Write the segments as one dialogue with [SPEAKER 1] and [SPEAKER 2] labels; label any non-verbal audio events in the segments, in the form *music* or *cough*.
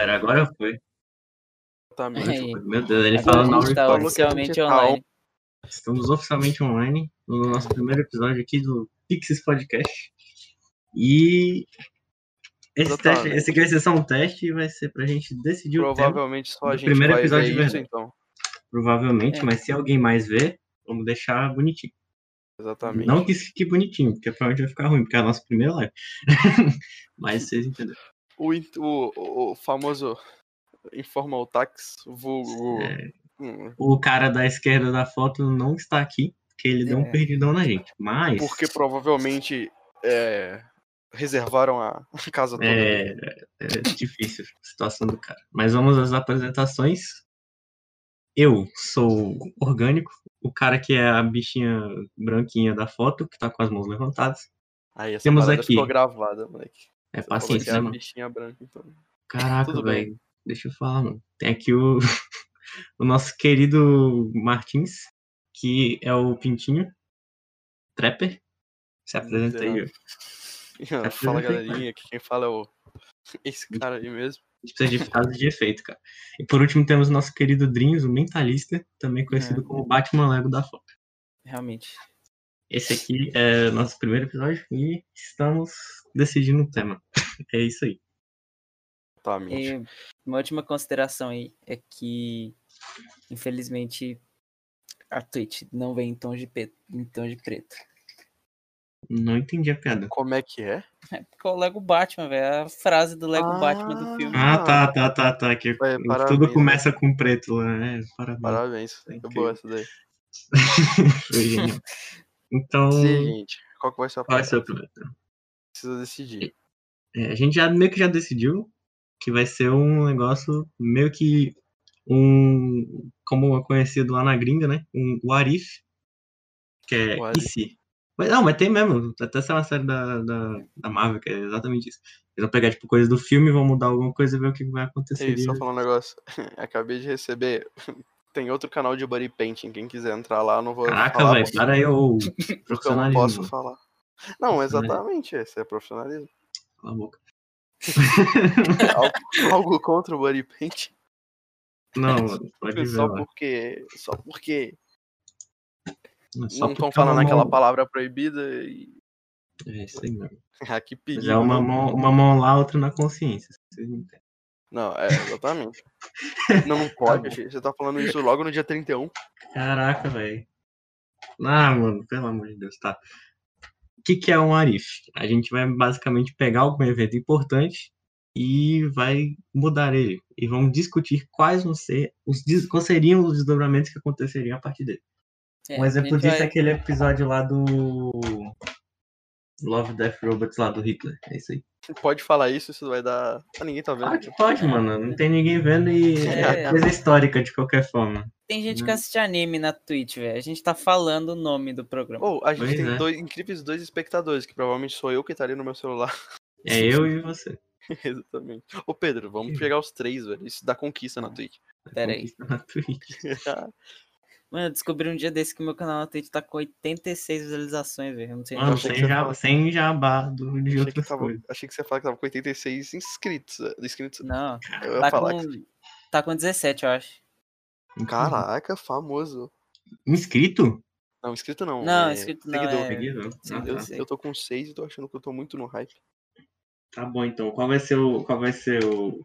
[SPEAKER 1] É.
[SPEAKER 2] Exatamente.
[SPEAKER 3] É Aí.
[SPEAKER 1] Meu Deus, ele
[SPEAKER 3] Agora
[SPEAKER 1] fala
[SPEAKER 3] a
[SPEAKER 1] now
[SPEAKER 3] gente tá
[SPEAKER 1] recording.
[SPEAKER 3] oficialmente
[SPEAKER 2] Digital.
[SPEAKER 3] online.
[SPEAKER 1] Estamos oficialmente online no nosso primeiro episódio aqui do Pixies Podcast. E esse,
[SPEAKER 2] Exatamente.
[SPEAKER 1] teste, esse aqui vai ser só um teste e vai ser pra gente decidir o tema,
[SPEAKER 2] Provavelmente só a
[SPEAKER 1] do
[SPEAKER 2] gente
[SPEAKER 1] primeiro
[SPEAKER 2] vai
[SPEAKER 1] episódio
[SPEAKER 2] ver
[SPEAKER 1] de
[SPEAKER 2] isso,
[SPEAKER 1] verdade.
[SPEAKER 2] então.
[SPEAKER 1] provavelmente,
[SPEAKER 3] É.
[SPEAKER 1] mas se alguém mais ver, vamos deixar bonitinho.
[SPEAKER 2] Exatamente.
[SPEAKER 1] Não que isso fique bonitinho, porque provavelmente vai ficar ruim, porque é a nossa primeira live. *laughs* mas vocês entenderam.
[SPEAKER 2] O, in- o- o- o famoso informal tax, vulgo...
[SPEAKER 1] É,
[SPEAKER 2] hum,
[SPEAKER 1] o cara da esquerda da foto não está aqui, porque ele deu um
[SPEAKER 3] É.
[SPEAKER 1] perdidão na gente. Mas.
[SPEAKER 2] Porque provavelmente é, reservaram a casa toda.
[SPEAKER 1] É, é difícil a situação do cara. Mas vamos às apresentações. Eu sou orgânico, o cara que é a bichinha branquinha da foto, que tá com as mãos levantadas.
[SPEAKER 2] Aí essa
[SPEAKER 1] Temos
[SPEAKER 2] parada
[SPEAKER 1] aqui.
[SPEAKER 2] ficou gravada, moleque.
[SPEAKER 1] É
[SPEAKER 2] Falou que
[SPEAKER 1] paciência, né,
[SPEAKER 2] era a
[SPEAKER 1] mano?
[SPEAKER 2] *laughs* bichinha branca, então.
[SPEAKER 1] Caraca,
[SPEAKER 2] tudo bem.
[SPEAKER 1] velho. Deixa eu falar, mano. Tem aqui o, *laughs* o nosso querido Martins, que é o Pintinho. Trapper. Se apresenta aí. ó. A gente
[SPEAKER 2] *laughs* Fala,
[SPEAKER 1] *laughs* apresenta aí,
[SPEAKER 2] galerinha, que quem fala é o... Esse cara aí mesmo.
[SPEAKER 1] precisa de frases de efeito, cara. E por último temos o nosso querido Drinhos, o mentalista, também
[SPEAKER 2] É.
[SPEAKER 1] conhecido como Batman Lego da foto.
[SPEAKER 3] Realmente.
[SPEAKER 1] Esse aqui é o nosso primeiro episódio e estamos decidindo o tema. *laughs* É isso aí.
[SPEAKER 2] Exatamente.
[SPEAKER 3] E uma última consideração aí é que, infelizmente, a Twitch não vem em tons de, pe- em tons de preto.
[SPEAKER 1] Não entendi a piada.
[SPEAKER 2] Como é que é?
[SPEAKER 3] É porque o Lego Batman, velho. A frase do Lego
[SPEAKER 2] Ah.
[SPEAKER 3] Batman do filme.
[SPEAKER 1] Ah, tá, tá, tá, tá. Que
[SPEAKER 2] Vai,
[SPEAKER 1] tudo
[SPEAKER 2] parabéns,
[SPEAKER 1] começa com preto lá, né? Parabéns.
[SPEAKER 2] Parabéns.
[SPEAKER 1] Tá
[SPEAKER 2] Foi
[SPEAKER 1] incrível.
[SPEAKER 2] boa essa daí.
[SPEAKER 1] Foi genial.
[SPEAKER 2] *laughs*
[SPEAKER 1] Então,
[SPEAKER 2] Sim, gente. Qual que vai ser a
[SPEAKER 1] qual é o seu
[SPEAKER 2] próxima?
[SPEAKER 1] primeiro?
[SPEAKER 2] Precisa decidir.
[SPEAKER 1] É, a gente já meio que já decidiu que vai ser um negócio meio que um. Como é conhecido lá na gringa, né? Um What If. Que é
[SPEAKER 2] What
[SPEAKER 1] e se. Mas, não, mas tem mesmo. Até essa é uma série da, da, da Marvel, que é exatamente isso. Eles vão pegar, tipo, coisas do filme, vão mudar alguma coisa e ver o que vai acontecer.
[SPEAKER 2] Ei, só falar um negócio. *laughs* Acabei de receber. *laughs* Tem outro canal de body painting. Quem quiser entrar lá, eu não vou
[SPEAKER 1] Caraca,
[SPEAKER 2] falar
[SPEAKER 1] velho,
[SPEAKER 2] porque-
[SPEAKER 1] para aí, ô.
[SPEAKER 2] porque *laughs* eu não posso
[SPEAKER 1] Profissionalismo.
[SPEAKER 2] falar. Não, exatamente. Esse é profissionalismo. É
[SPEAKER 1] Cala a boca.
[SPEAKER 2] algo, *laughs* algo contra o body painting. *laughs*
[SPEAKER 1] Não, mano, pode ver
[SPEAKER 2] Só
[SPEAKER 1] lá.
[SPEAKER 2] porque. Só porque
[SPEAKER 1] Só
[SPEAKER 2] não
[SPEAKER 1] porque é
[SPEAKER 2] estão falando
[SPEAKER 1] uma
[SPEAKER 2] aquela
[SPEAKER 1] mão-
[SPEAKER 2] palavra proibida e. *laughs*
[SPEAKER 1] É isso aí mesmo.
[SPEAKER 2] Ah, que
[SPEAKER 1] Mas
[SPEAKER 2] perigo.
[SPEAKER 1] é uma
[SPEAKER 2] né?
[SPEAKER 1] mão, uma mão lá, outra na consciência. Vocês não
[SPEAKER 2] Não, é,
[SPEAKER 1] *laughs*
[SPEAKER 2] exatamente. Não pode, gente. Você tá falando isso logo no dia 31.
[SPEAKER 1] Caraca, velho. Ah, mano, pelo amor de Deus, tá. O que, que é um Arif? A gente vai basicamente pegar algum evento importante e vai mudar ele. E vamos discutir quais vão ser os des- quais seriam os desdobramentos que aconteceriam a partir dele.
[SPEAKER 3] É,
[SPEAKER 1] um exemplo
[SPEAKER 3] a gente
[SPEAKER 1] disso
[SPEAKER 3] vai-
[SPEAKER 1] é aquele episódio lá do Love Death Robots lá do Hitler. É isso aí.
[SPEAKER 2] Pode falar isso, isso vai dar. Ah, ninguém tá vendo.
[SPEAKER 1] Claro que pode, mano. Não tem ninguém vendo
[SPEAKER 3] *laughs*
[SPEAKER 1] e é
[SPEAKER 3] É.
[SPEAKER 1] coisa histórica de qualquer forma.
[SPEAKER 3] Tem gente que
[SPEAKER 1] Não.
[SPEAKER 3] assiste anime na Twitch, velho. A gente tá falando o nome do programa.
[SPEAKER 2] Ou a gente
[SPEAKER 1] Pois
[SPEAKER 2] tem
[SPEAKER 1] é.
[SPEAKER 2] dois incríveis dois espectadores, que provavelmente sou eu que estaria no meu celular. *laughs*
[SPEAKER 1] É eu e você.
[SPEAKER 2] Exatamente. Ô Pedro, vamos pegar os três, velho. Isso dá conquista
[SPEAKER 1] Ah.
[SPEAKER 2] na Twitch. *laughs*
[SPEAKER 3] Pera aí.
[SPEAKER 1] É Conquista na Twitch.
[SPEAKER 3] Mano, eu descobri um dia desse que meu canal na Twitch tá com 86 visualizações, velho. Eu não sei
[SPEAKER 1] Mano,
[SPEAKER 2] achei
[SPEAKER 1] sem,
[SPEAKER 2] que você ia
[SPEAKER 1] ja-
[SPEAKER 2] falar.
[SPEAKER 1] sem jabá do, de
[SPEAKER 2] achei, que
[SPEAKER 1] outras
[SPEAKER 2] tava-
[SPEAKER 1] coisas. Uhum.
[SPEAKER 2] achei que você ia falar que tava com 86 inscritos. eh, inscritos.
[SPEAKER 3] Não,
[SPEAKER 2] Eu ia
[SPEAKER 3] tá
[SPEAKER 2] falar
[SPEAKER 3] com, tá com 17, eu acho.
[SPEAKER 2] que. Caraca, famoso.
[SPEAKER 1] Inscrito?
[SPEAKER 2] Não, inscrito não.
[SPEAKER 3] Não,
[SPEAKER 2] é,
[SPEAKER 3] inscrito não,
[SPEAKER 2] Seguidor.
[SPEAKER 3] é-
[SPEAKER 1] Seguidor. Ah,
[SPEAKER 3] seguidor.
[SPEAKER 2] Eu,
[SPEAKER 1] tá.
[SPEAKER 2] eu tô com seis e tô achando que eu tô muito no hype.
[SPEAKER 1] Tá bom, então. Qual vai ser o. Qual vai ser o.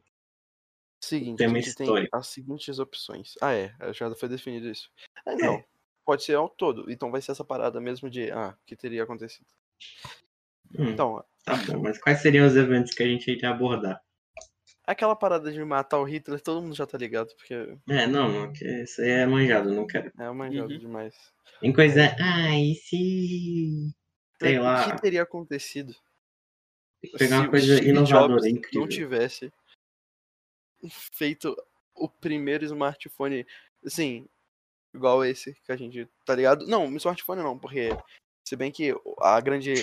[SPEAKER 2] Seguinte,
[SPEAKER 1] Tema
[SPEAKER 2] a gente tem
[SPEAKER 1] histórico.
[SPEAKER 2] as seguintes opções. Ah, é, já foi definido isso.
[SPEAKER 1] É.
[SPEAKER 2] Ah, não. Pode ser ao todo. Então vai ser essa parada mesmo de. Ah, que teria acontecido.
[SPEAKER 1] Hum,
[SPEAKER 2] Então,
[SPEAKER 1] tá bom, mas quais seriam os eventos que a gente iria abordar?
[SPEAKER 2] aquela parada de matar o Hitler, todo mundo já tá ligado, porque
[SPEAKER 1] É, não, mano, que isso aí é manjado, não quero.
[SPEAKER 2] é manjado
[SPEAKER 3] Uhum.
[SPEAKER 2] demais.
[SPEAKER 1] Tem coisa. Ah, e se. Sei
[SPEAKER 2] Então, O
[SPEAKER 1] lá.
[SPEAKER 2] que teria acontecido
[SPEAKER 1] tem que Pegar
[SPEAKER 2] se
[SPEAKER 1] uma
[SPEAKER 2] o
[SPEAKER 1] coisa
[SPEAKER 2] Steve
[SPEAKER 1] inovadora,
[SPEAKER 2] Jobs não
[SPEAKER 1] incrível.
[SPEAKER 2] tivesse feito o primeiro smartphone, assim, igual esse que a gente, tá ligado? Não, um smartphone não, porque se bem que a grande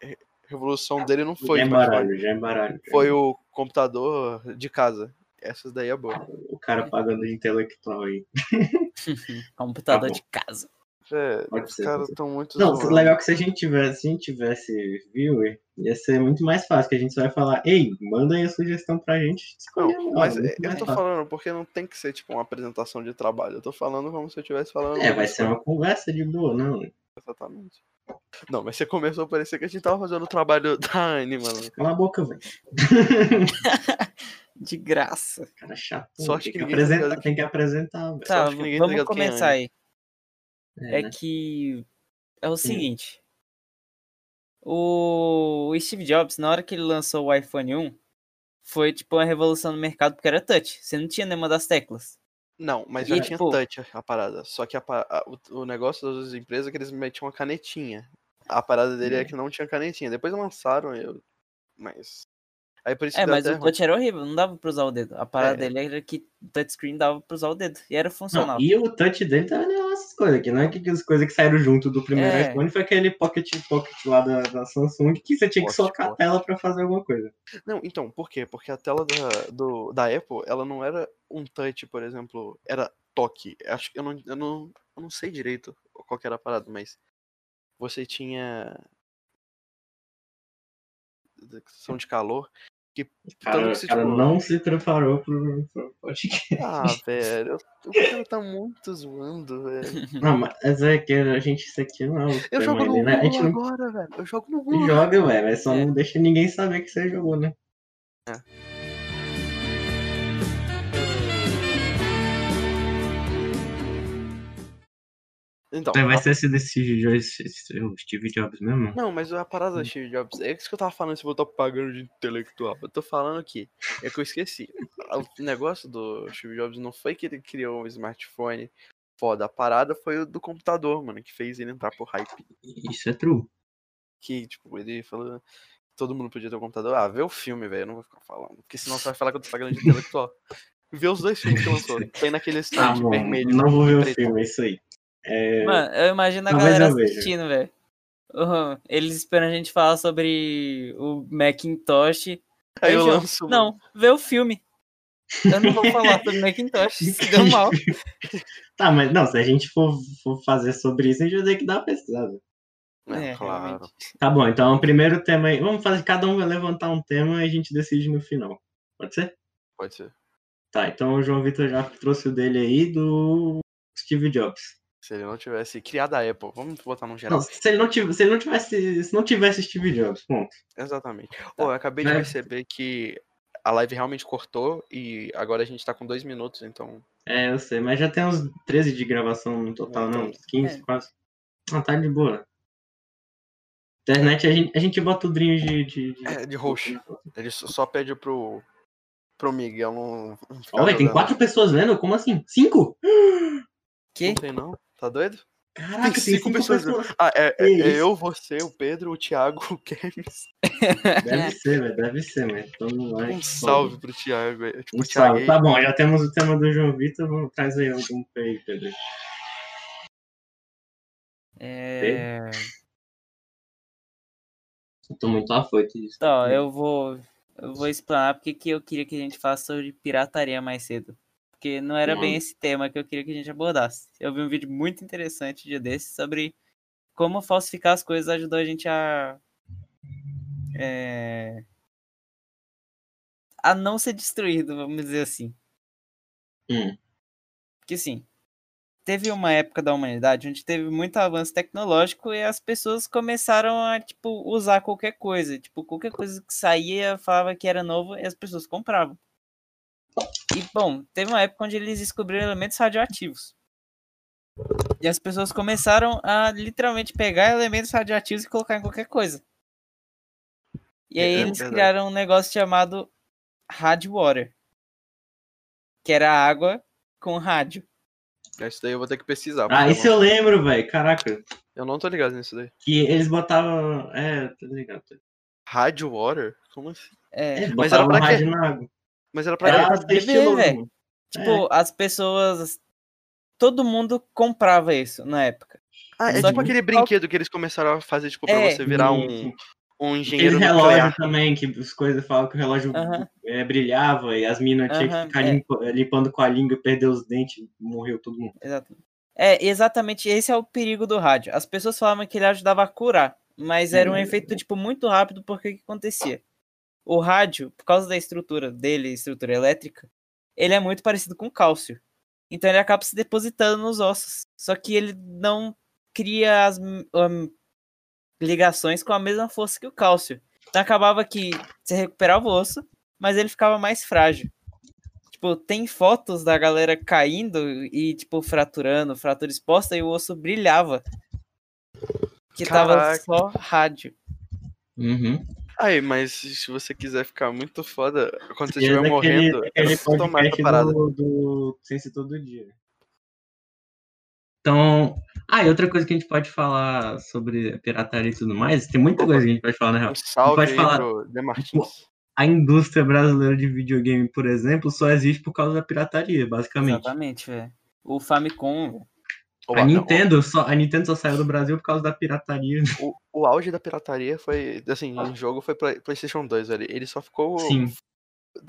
[SPEAKER 2] re- revolução dele não foi o
[SPEAKER 1] já
[SPEAKER 2] smartphone,
[SPEAKER 1] embaralho, já é embaralho.
[SPEAKER 2] foi o computador de casa. Essas daí é boa.
[SPEAKER 1] O cara pagando de intelectual aí.
[SPEAKER 3] Uhum.
[SPEAKER 1] Tá
[SPEAKER 3] Computador
[SPEAKER 1] bom.
[SPEAKER 3] de casa.
[SPEAKER 2] É,
[SPEAKER 1] Pode
[SPEAKER 2] os
[SPEAKER 1] ser,
[SPEAKER 2] caras
[SPEAKER 1] pode
[SPEAKER 2] estão muito.
[SPEAKER 1] Não,
[SPEAKER 2] zoados.
[SPEAKER 1] legal é que se a gente tivesse, se a gente tivesse viewer, ia ser muito mais fácil, que a gente só vai falar, ei, manda aí a sugestão pra gente. escolher
[SPEAKER 2] Não,
[SPEAKER 1] nós",
[SPEAKER 2] mas é,
[SPEAKER 1] muito
[SPEAKER 2] eu
[SPEAKER 1] mais
[SPEAKER 2] tô
[SPEAKER 1] fácil.
[SPEAKER 2] falando porque não tem que ser tipo uma apresentação de trabalho. Eu tô falando como se eu estivesse falando.
[SPEAKER 1] É, vai ser uma conversa de boa, não.
[SPEAKER 2] Exatamente. Não, mas você começou a parecer que a gente tava fazendo o trabalho *laughs* da Anne, mano.
[SPEAKER 1] Cala a boca, velho.
[SPEAKER 3] De graça.
[SPEAKER 1] Cara chato. tem
[SPEAKER 2] Sorte que
[SPEAKER 1] que,
[SPEAKER 2] ninguém tá
[SPEAKER 1] apresentar,
[SPEAKER 2] ligado
[SPEAKER 1] tem que apresentar, velho.
[SPEAKER 3] Tá,
[SPEAKER 2] acho que ninguém tá
[SPEAKER 3] vamos
[SPEAKER 2] ligado quem é
[SPEAKER 3] começar aí.
[SPEAKER 1] É, Hum.
[SPEAKER 3] É
[SPEAKER 1] né?
[SPEAKER 3] que é o seguinte. O Steve Jobs, na hora que ele lançou o iPhone 1, foi tipo uma revolução no mercado porque era touch. Você não tinha nenhuma das teclas.
[SPEAKER 2] Não, mas
[SPEAKER 3] E,
[SPEAKER 2] já tinha
[SPEAKER 3] tipo-
[SPEAKER 2] touch a parada. Só que a pa- a- o, o negócio das empresas é que eles metiam uma canetinha. A parada dele
[SPEAKER 3] Hum.
[SPEAKER 2] é que não tinha canetinha. Depois lançaram, eu. Mas. Aí por isso que
[SPEAKER 3] É,
[SPEAKER 2] deu
[SPEAKER 3] mas
[SPEAKER 2] até
[SPEAKER 3] o
[SPEAKER 2] ruim.
[SPEAKER 3] touch era horrível, não dava pra usar o dedo. A parada
[SPEAKER 2] É.
[SPEAKER 3] dele era que o touchscreen dava pra usar o dedo. E era funcional.
[SPEAKER 1] Não, e o touch dele também não é essas coisas aqui, não é que as coisas que saíram junto do primeiro
[SPEAKER 3] É.
[SPEAKER 1] iPhone foi aquele pocket pocket lá da, da Samsung que você tinha que
[SPEAKER 2] Pocket,
[SPEAKER 1] socar a
[SPEAKER 2] pocket.
[SPEAKER 1] tela pra fazer alguma coisa.
[SPEAKER 2] Não, então, por quê? Porque a tela da, do- da Apple, ela não era um touch, por exemplo, era toque. Acho que eu não, eu não, eu não sei direito qual que era a parada, mas você tinha detecção de calor que
[SPEAKER 1] Cara,
[SPEAKER 2] tanto que se,
[SPEAKER 1] o cara
[SPEAKER 2] tipo,
[SPEAKER 1] não se preparou pro, pro podcast. *laughs*
[SPEAKER 2] ah, velho, o cara tá muito zoando,
[SPEAKER 1] *laughs*
[SPEAKER 2] velho.
[SPEAKER 1] Não, mas é que a gente isso aqui não. é o
[SPEAKER 2] Eu
[SPEAKER 1] tema
[SPEAKER 2] jogo no
[SPEAKER 1] ali, né? A gente
[SPEAKER 2] Google
[SPEAKER 1] não
[SPEAKER 2] agora, velho. Eu jogo no
[SPEAKER 1] Você
[SPEAKER 2] Google.
[SPEAKER 1] Joga, ué, mas só
[SPEAKER 3] É.
[SPEAKER 1] não deixa ninguém saber que você jogou, né?
[SPEAKER 2] É. Então,
[SPEAKER 1] Vai
[SPEAKER 2] a
[SPEAKER 1] ser esse desse o Steve Jobs mesmo?
[SPEAKER 2] Não, mas a parada do Steve Jobs, é isso que eu tava falando, se eu tô pagando de intelectual. Eu tô falando que é que eu esqueci. O negócio do Steve Jobs não foi que ele criou um smartphone foda, a parada foi o do computador, mano, que fez ele entrar pro hype.
[SPEAKER 1] Isso é true.
[SPEAKER 2] Que, tipo, ele falou que todo mundo podia ter um computador. Ah, vê o filme, velho, eu não vou ficar falando, porque senão você vai falar que eu tô pagando de intelectual. Vê os dois filmes que lançou, tem naquele
[SPEAKER 1] Ah,
[SPEAKER 2] site
[SPEAKER 1] bom,
[SPEAKER 2] vermelho.
[SPEAKER 1] não vou ver o
[SPEAKER 2] preto.
[SPEAKER 1] filme, é isso aí. É, *laughs*
[SPEAKER 3] Mano, eu imagino a
[SPEAKER 1] Talvez
[SPEAKER 3] galera
[SPEAKER 1] eu veja.
[SPEAKER 3] assistindo, velho. Uhum, Eles esperam a gente falar sobre o Macintosh.
[SPEAKER 2] Aí eu
[SPEAKER 3] Veja,
[SPEAKER 2] lanço.
[SPEAKER 3] Não, vê o filme. Eu não vou falar
[SPEAKER 1] *laughs*
[SPEAKER 3] sobre Macintosh, se deu mal.
[SPEAKER 1] Tá, mas não, se a gente for, for fazer sobre isso, a gente vai ter que dar uma pesquisada.
[SPEAKER 2] mano. É,
[SPEAKER 3] É,
[SPEAKER 2] claro.
[SPEAKER 3] realmente.
[SPEAKER 1] Tá bom, então o primeiro tema aí. Vamos fazer, cada um vai levantar um tema e a gente decide no final. Pode ser?
[SPEAKER 2] Pode ser.
[SPEAKER 1] Tá, então o João Vitor já trouxe o dele aí do Steve Jobs.
[SPEAKER 2] Se ele não tivesse criado a Apple, vamos botar num geral.
[SPEAKER 1] Não, se ele não tivesse, se ele não tivesse, se não tivesse Steve Jobs, ponto.
[SPEAKER 2] Exatamente. Ô, eu acabei de
[SPEAKER 1] Né?
[SPEAKER 2] perceber que a live realmente cortou e agora a gente tá com dois minutos, então.
[SPEAKER 1] É, eu sei, mas já tem uns 13 de gravação no total, não?
[SPEAKER 2] Então,
[SPEAKER 1] Uns 15,
[SPEAKER 3] é.
[SPEAKER 1] quase. Ah, tá de boa. Internet, a gente, a gente bota o Drinho de. de, de...
[SPEAKER 2] É, de roxo. Ele só- só pede pro, pro Miguel não. não ficar
[SPEAKER 1] Ó, velho, tem
[SPEAKER 2] jogando.
[SPEAKER 1] quatro pessoas vendo? Como assim? Cinco?
[SPEAKER 3] Que?
[SPEAKER 2] Não tem, não? Tá doido?
[SPEAKER 1] Caraca, tem
[SPEAKER 2] cinco
[SPEAKER 1] cinco,
[SPEAKER 2] pessoas
[SPEAKER 1] pessoas.
[SPEAKER 2] Ah, é, é-
[SPEAKER 1] Que
[SPEAKER 2] é
[SPEAKER 1] isso?
[SPEAKER 2] eu, você, o Pedro, o Thiago, o Kemes.
[SPEAKER 3] É.
[SPEAKER 1] Deve ser, velho, deve ser, velho. Então, vamos lá.
[SPEAKER 2] Um salve pro Thiago. é, Tipo,
[SPEAKER 1] Um
[SPEAKER 2] o Thiago.
[SPEAKER 1] salve. Tá bom, já temos o tema do João Vitor, vamos traz aí algum pra aí, Pedro.
[SPEAKER 3] *laughs* É...
[SPEAKER 1] Eu tô muito afoito disso.
[SPEAKER 3] Então, eu vou, eu vou explanar porque que eu queria que a gente falasse sobre pirataria mais cedo. Porque não era bem
[SPEAKER 1] Hum.
[SPEAKER 3] esse tema que eu queria que a gente abordasse. Eu vi um vídeo muito interessante um dia desse sobre como falsificar as coisas ajudou a gente a. é, a não ser destruído, vamos dizer assim.
[SPEAKER 1] Hum.
[SPEAKER 3] Porque assim, teve uma época da humanidade onde teve muito avanço tecnológico e as pessoas começaram a, tipo, usar qualquer coisa. Tipo, qualquer coisa que saía, falava que era novo e as pessoas compravam. E, bom, teve uma época onde eles descobriram elementos radioativos. E as pessoas começaram a literalmente pegar elementos radioativos e colocar em qualquer coisa. E aí
[SPEAKER 2] É, é
[SPEAKER 3] eles
[SPEAKER 2] verdade.
[SPEAKER 3] criaram um negócio chamado Rádio Water. Que era água com rádio.
[SPEAKER 2] é, Isso daí eu vou ter que pesquisar.
[SPEAKER 1] Ah,
[SPEAKER 2] porque
[SPEAKER 1] isso eu lembro, velho. Caraca.
[SPEAKER 2] não- eu não tô ligado nisso daí.
[SPEAKER 1] Que eles botavam. É, tá ligado.
[SPEAKER 2] Rádio Water? Como assim?
[SPEAKER 3] É.
[SPEAKER 1] É,
[SPEAKER 2] Mas era
[SPEAKER 1] botavam
[SPEAKER 2] pra quê?
[SPEAKER 1] rádio na água.
[SPEAKER 2] Mas era pra
[SPEAKER 1] Pra
[SPEAKER 2] quê?
[SPEAKER 1] ela
[SPEAKER 3] beber, velho. Tipo, as pessoas. Todo mundo comprava isso na época.
[SPEAKER 2] Ah, é
[SPEAKER 3] Só
[SPEAKER 2] tipo
[SPEAKER 3] que-
[SPEAKER 2] aquele brinquedo que eles começaram a fazer, tipo, pra
[SPEAKER 3] É.
[SPEAKER 2] você virar um, um
[SPEAKER 1] Aquele
[SPEAKER 2] engenheiro
[SPEAKER 1] relógio
[SPEAKER 2] nuclear.
[SPEAKER 1] também, que as coisas falam que o relógio
[SPEAKER 3] Aham.
[SPEAKER 1] eh, brilhava e as minas tinham que
[SPEAKER 3] Aham,
[SPEAKER 1] ficar eh,
[SPEAKER 3] é.
[SPEAKER 1] limpa- limpando com a língua, perdeu os dentes, morreu todo mundo.
[SPEAKER 3] Exato. É, exatamente, esse é o perigo do rádio. As pessoas falavam que ele ajudava a curar, mas era um efeito, tipo, muito rápido, porque o que acontecia? O rádio, por causa da estrutura dele, estrutura elétrica, ele é muito parecido com cálcio. Então ele acaba se depositando nos ossos. Só que ele não cria as hum, ligações com a mesma força que o cálcio. Então acabava que você recuperava o osso, mas ele ficava mais frágil. Tipo, tem fotos da galera caindo e, tipo, fraturando, fratura exposta, e o osso brilhava. Que tava
[SPEAKER 2] Caraca.
[SPEAKER 3] só rádio.
[SPEAKER 1] Uhum.
[SPEAKER 2] Aí, mas se você quiser ficar muito foda, quando você
[SPEAKER 1] E é
[SPEAKER 2] estiver
[SPEAKER 1] daquele-
[SPEAKER 2] morrendo,
[SPEAKER 1] aquele
[SPEAKER 2] eu vou tomar essa
[SPEAKER 1] podcast
[SPEAKER 2] parada.
[SPEAKER 1] Do, do Ciência Todo Dia. Então. Ah, e outra coisa que a gente pode falar sobre pirataria e tudo mais, tem muita coisa que a gente pode falar, na real.
[SPEAKER 2] Um salve
[SPEAKER 1] Pode
[SPEAKER 2] aí
[SPEAKER 1] falar.
[SPEAKER 2] pro De Martins.
[SPEAKER 1] A indústria brasileira de videogame, por exemplo, só existe por causa da pirataria, basicamente.
[SPEAKER 3] Exatamente, velho. O Famicom, velho.
[SPEAKER 2] Oba,
[SPEAKER 1] A
[SPEAKER 2] ah, não,
[SPEAKER 1] Nintendo, só, a Nintendo só saiu do Brasil por causa da pirataria.
[SPEAKER 2] O, o auge da pirataria foi, assim, em jogo foi Play- PlayStation 2, ali. Ele só ficou
[SPEAKER 1] Sim.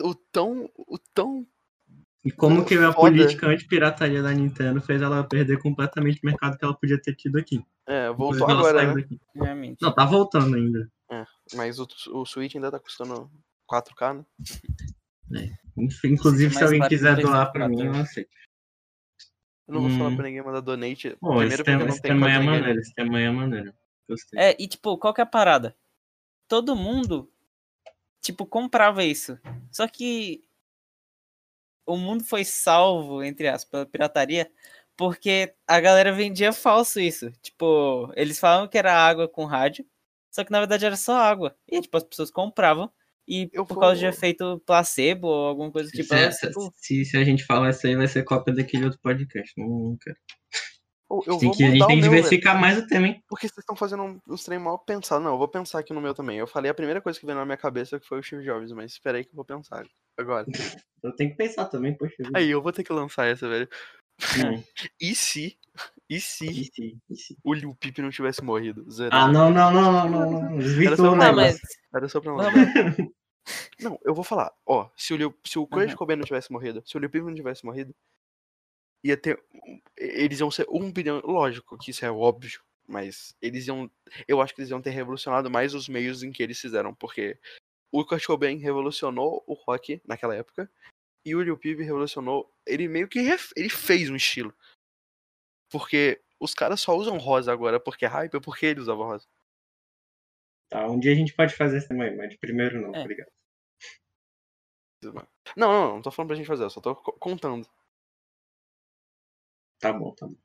[SPEAKER 2] o tão, o tão
[SPEAKER 1] E como que a
[SPEAKER 2] Foda.
[SPEAKER 1] política anti-pirataria da Nintendo fez ela perder completamente o mercado que ela podia ter tido aqui.
[SPEAKER 2] É,
[SPEAKER 1] Depois
[SPEAKER 2] voltou
[SPEAKER 1] que ela
[SPEAKER 2] agora,
[SPEAKER 1] saiu
[SPEAKER 2] né?
[SPEAKER 1] daqui.
[SPEAKER 3] Realmente.
[SPEAKER 1] Não, tá voltando ainda.
[SPEAKER 2] Mas o, o Switch ainda tá custando 4K, né?
[SPEAKER 1] Inf- Inclusive,
[SPEAKER 3] Mas
[SPEAKER 1] se alguém
[SPEAKER 3] vale
[SPEAKER 1] quiser
[SPEAKER 3] três
[SPEAKER 1] doar
[SPEAKER 3] mil
[SPEAKER 1] pra mim, eu
[SPEAKER 3] quatro.
[SPEAKER 1] aceito.
[SPEAKER 2] Eu não vou falar
[SPEAKER 1] Hum.
[SPEAKER 2] pra ninguém mandar donate.
[SPEAKER 1] Pô, esse
[SPEAKER 2] primeiro porque
[SPEAKER 1] tema,
[SPEAKER 2] eu não
[SPEAKER 1] esse
[SPEAKER 2] tenho
[SPEAKER 1] tema é
[SPEAKER 2] quase ninguém.
[SPEAKER 1] maneiro, esse tema é maneiro. Gostei.
[SPEAKER 3] É, e tipo, qual que é a parada? Todo mundo, tipo, comprava isso. Só que o mundo foi salvo, entre aspas, pela pirataria, porque a galera vendia falso isso. Tipo, eles falavam que era água com rádio, só que na verdade era só água. E, tipo, as pessoas compravam. E
[SPEAKER 2] Eu
[SPEAKER 3] por causa de
[SPEAKER 2] vou-
[SPEAKER 3] efeito placebo ou alguma coisa do tipo,
[SPEAKER 1] se,
[SPEAKER 2] é,
[SPEAKER 3] elas,
[SPEAKER 1] essa-
[SPEAKER 3] tipo,
[SPEAKER 1] se, se a gente falar isso aí, vai ser cópia daquele outro podcast. Não, não quero.
[SPEAKER 2] Eu, eu
[SPEAKER 1] Tem
[SPEAKER 2] vou
[SPEAKER 1] que, a gente
[SPEAKER 2] mudar
[SPEAKER 1] tem que
[SPEAKER 2] o meu, velho.
[SPEAKER 1] diversificar mais o tema, hein?
[SPEAKER 2] Porque vocês estão fazendo um- uns trem mal pensado. Não, eu vou pensar aqui no meu também. Eu falei a primeira coisa que veio na minha cabeça que foi o Steve Jobs, mas espera aí que eu vou pensar agora.
[SPEAKER 1] Eu tenho que pensar também, poxa.
[SPEAKER 2] *laughs*
[SPEAKER 1] vida.
[SPEAKER 2] Aí, eu vou ter que lançar essa, velho.
[SPEAKER 1] Hum,
[SPEAKER 2] E se... E se
[SPEAKER 1] e se- e se-
[SPEAKER 2] o Lil Peep não tivesse morrido?
[SPEAKER 1] Ah,
[SPEAKER 2] Zerado.
[SPEAKER 1] não, não, não, não, não, não. Desvirtuou
[SPEAKER 2] só
[SPEAKER 1] o
[SPEAKER 2] um
[SPEAKER 3] Não,
[SPEAKER 2] negócio.
[SPEAKER 1] negócio.
[SPEAKER 3] ah, mas.
[SPEAKER 2] Era só pra
[SPEAKER 3] Vamos-
[SPEAKER 2] lembrar. *laughs* Não, eu vou falar. Ó, se o, Lil, se o Kurt
[SPEAKER 3] Aham.
[SPEAKER 2] Cobain não tivesse morrido, se o Lil Peep não tivesse morrido, ia ter. um- Eles iam ser um bilhão. Lógico que isso é óbvio, mas eles iam. Eu acho que eles iam ter revolucionado mais os meios em que eles fizeram, porque o Kurt Cobain revolucionou o rock naquela época, e o Lil Peep revolucionou. Ele meio que. ref- Ele fez um estilo. Porque os caras só usam rosa agora porque é hype, ou porque ele usava rosa.
[SPEAKER 1] Tá, um dia a gente pode fazer esse tema aí, mas de primeiro não,
[SPEAKER 3] É.
[SPEAKER 1] obrigado.
[SPEAKER 2] Não, não, não, não tô falando pra gente fazer, eu só tô co- contando.
[SPEAKER 1] Tá bom, tá bom.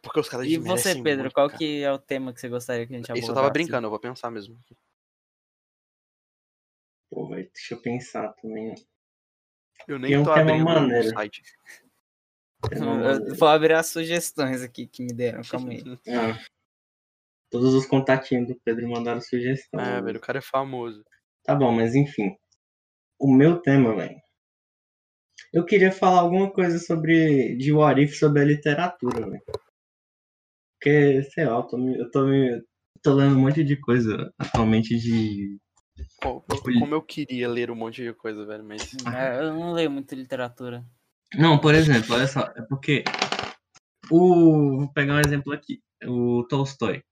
[SPEAKER 2] Porque os caras
[SPEAKER 3] E você,
[SPEAKER 2] desmerecem
[SPEAKER 3] Pedro,
[SPEAKER 2] é assim, muito,
[SPEAKER 3] qual
[SPEAKER 2] cara.
[SPEAKER 3] que é o tema que você gostaria que a gente abordasse?
[SPEAKER 2] Isso eu tava brincando, eu vou pensar mesmo.
[SPEAKER 1] Pô, velho, deixa eu pensar também.
[SPEAKER 2] Eu
[SPEAKER 1] E
[SPEAKER 2] nem
[SPEAKER 1] é um
[SPEAKER 2] tô
[SPEAKER 1] tema
[SPEAKER 2] abrindo o
[SPEAKER 1] maneiro.
[SPEAKER 2] site. é?
[SPEAKER 3] Eu vou abrir as sugestões aqui que me deram, calma aí.
[SPEAKER 2] *laughs*
[SPEAKER 1] Ah, todos os contatinhos do Pedro mandaram sugestão.
[SPEAKER 2] É,
[SPEAKER 1] né?
[SPEAKER 2] velho, o cara é famoso.
[SPEAKER 1] Tá bom, mas enfim. O meu tema, velho. Eu queria falar alguma coisa sobre. de What If sobre a literatura, velho. Porque, sei lá, eu tô, me- eu tô me. tô lendo um monte de coisa atualmente de.
[SPEAKER 2] Co- co-
[SPEAKER 1] Olha.
[SPEAKER 2] Como eu queria ler um monte de coisa, velho, mas.
[SPEAKER 3] Mas É, Eu não leio muito literatura.
[SPEAKER 1] Não, por exemplo, olha só, é porque. O. Vou pegar um exemplo aqui. O Tolstói.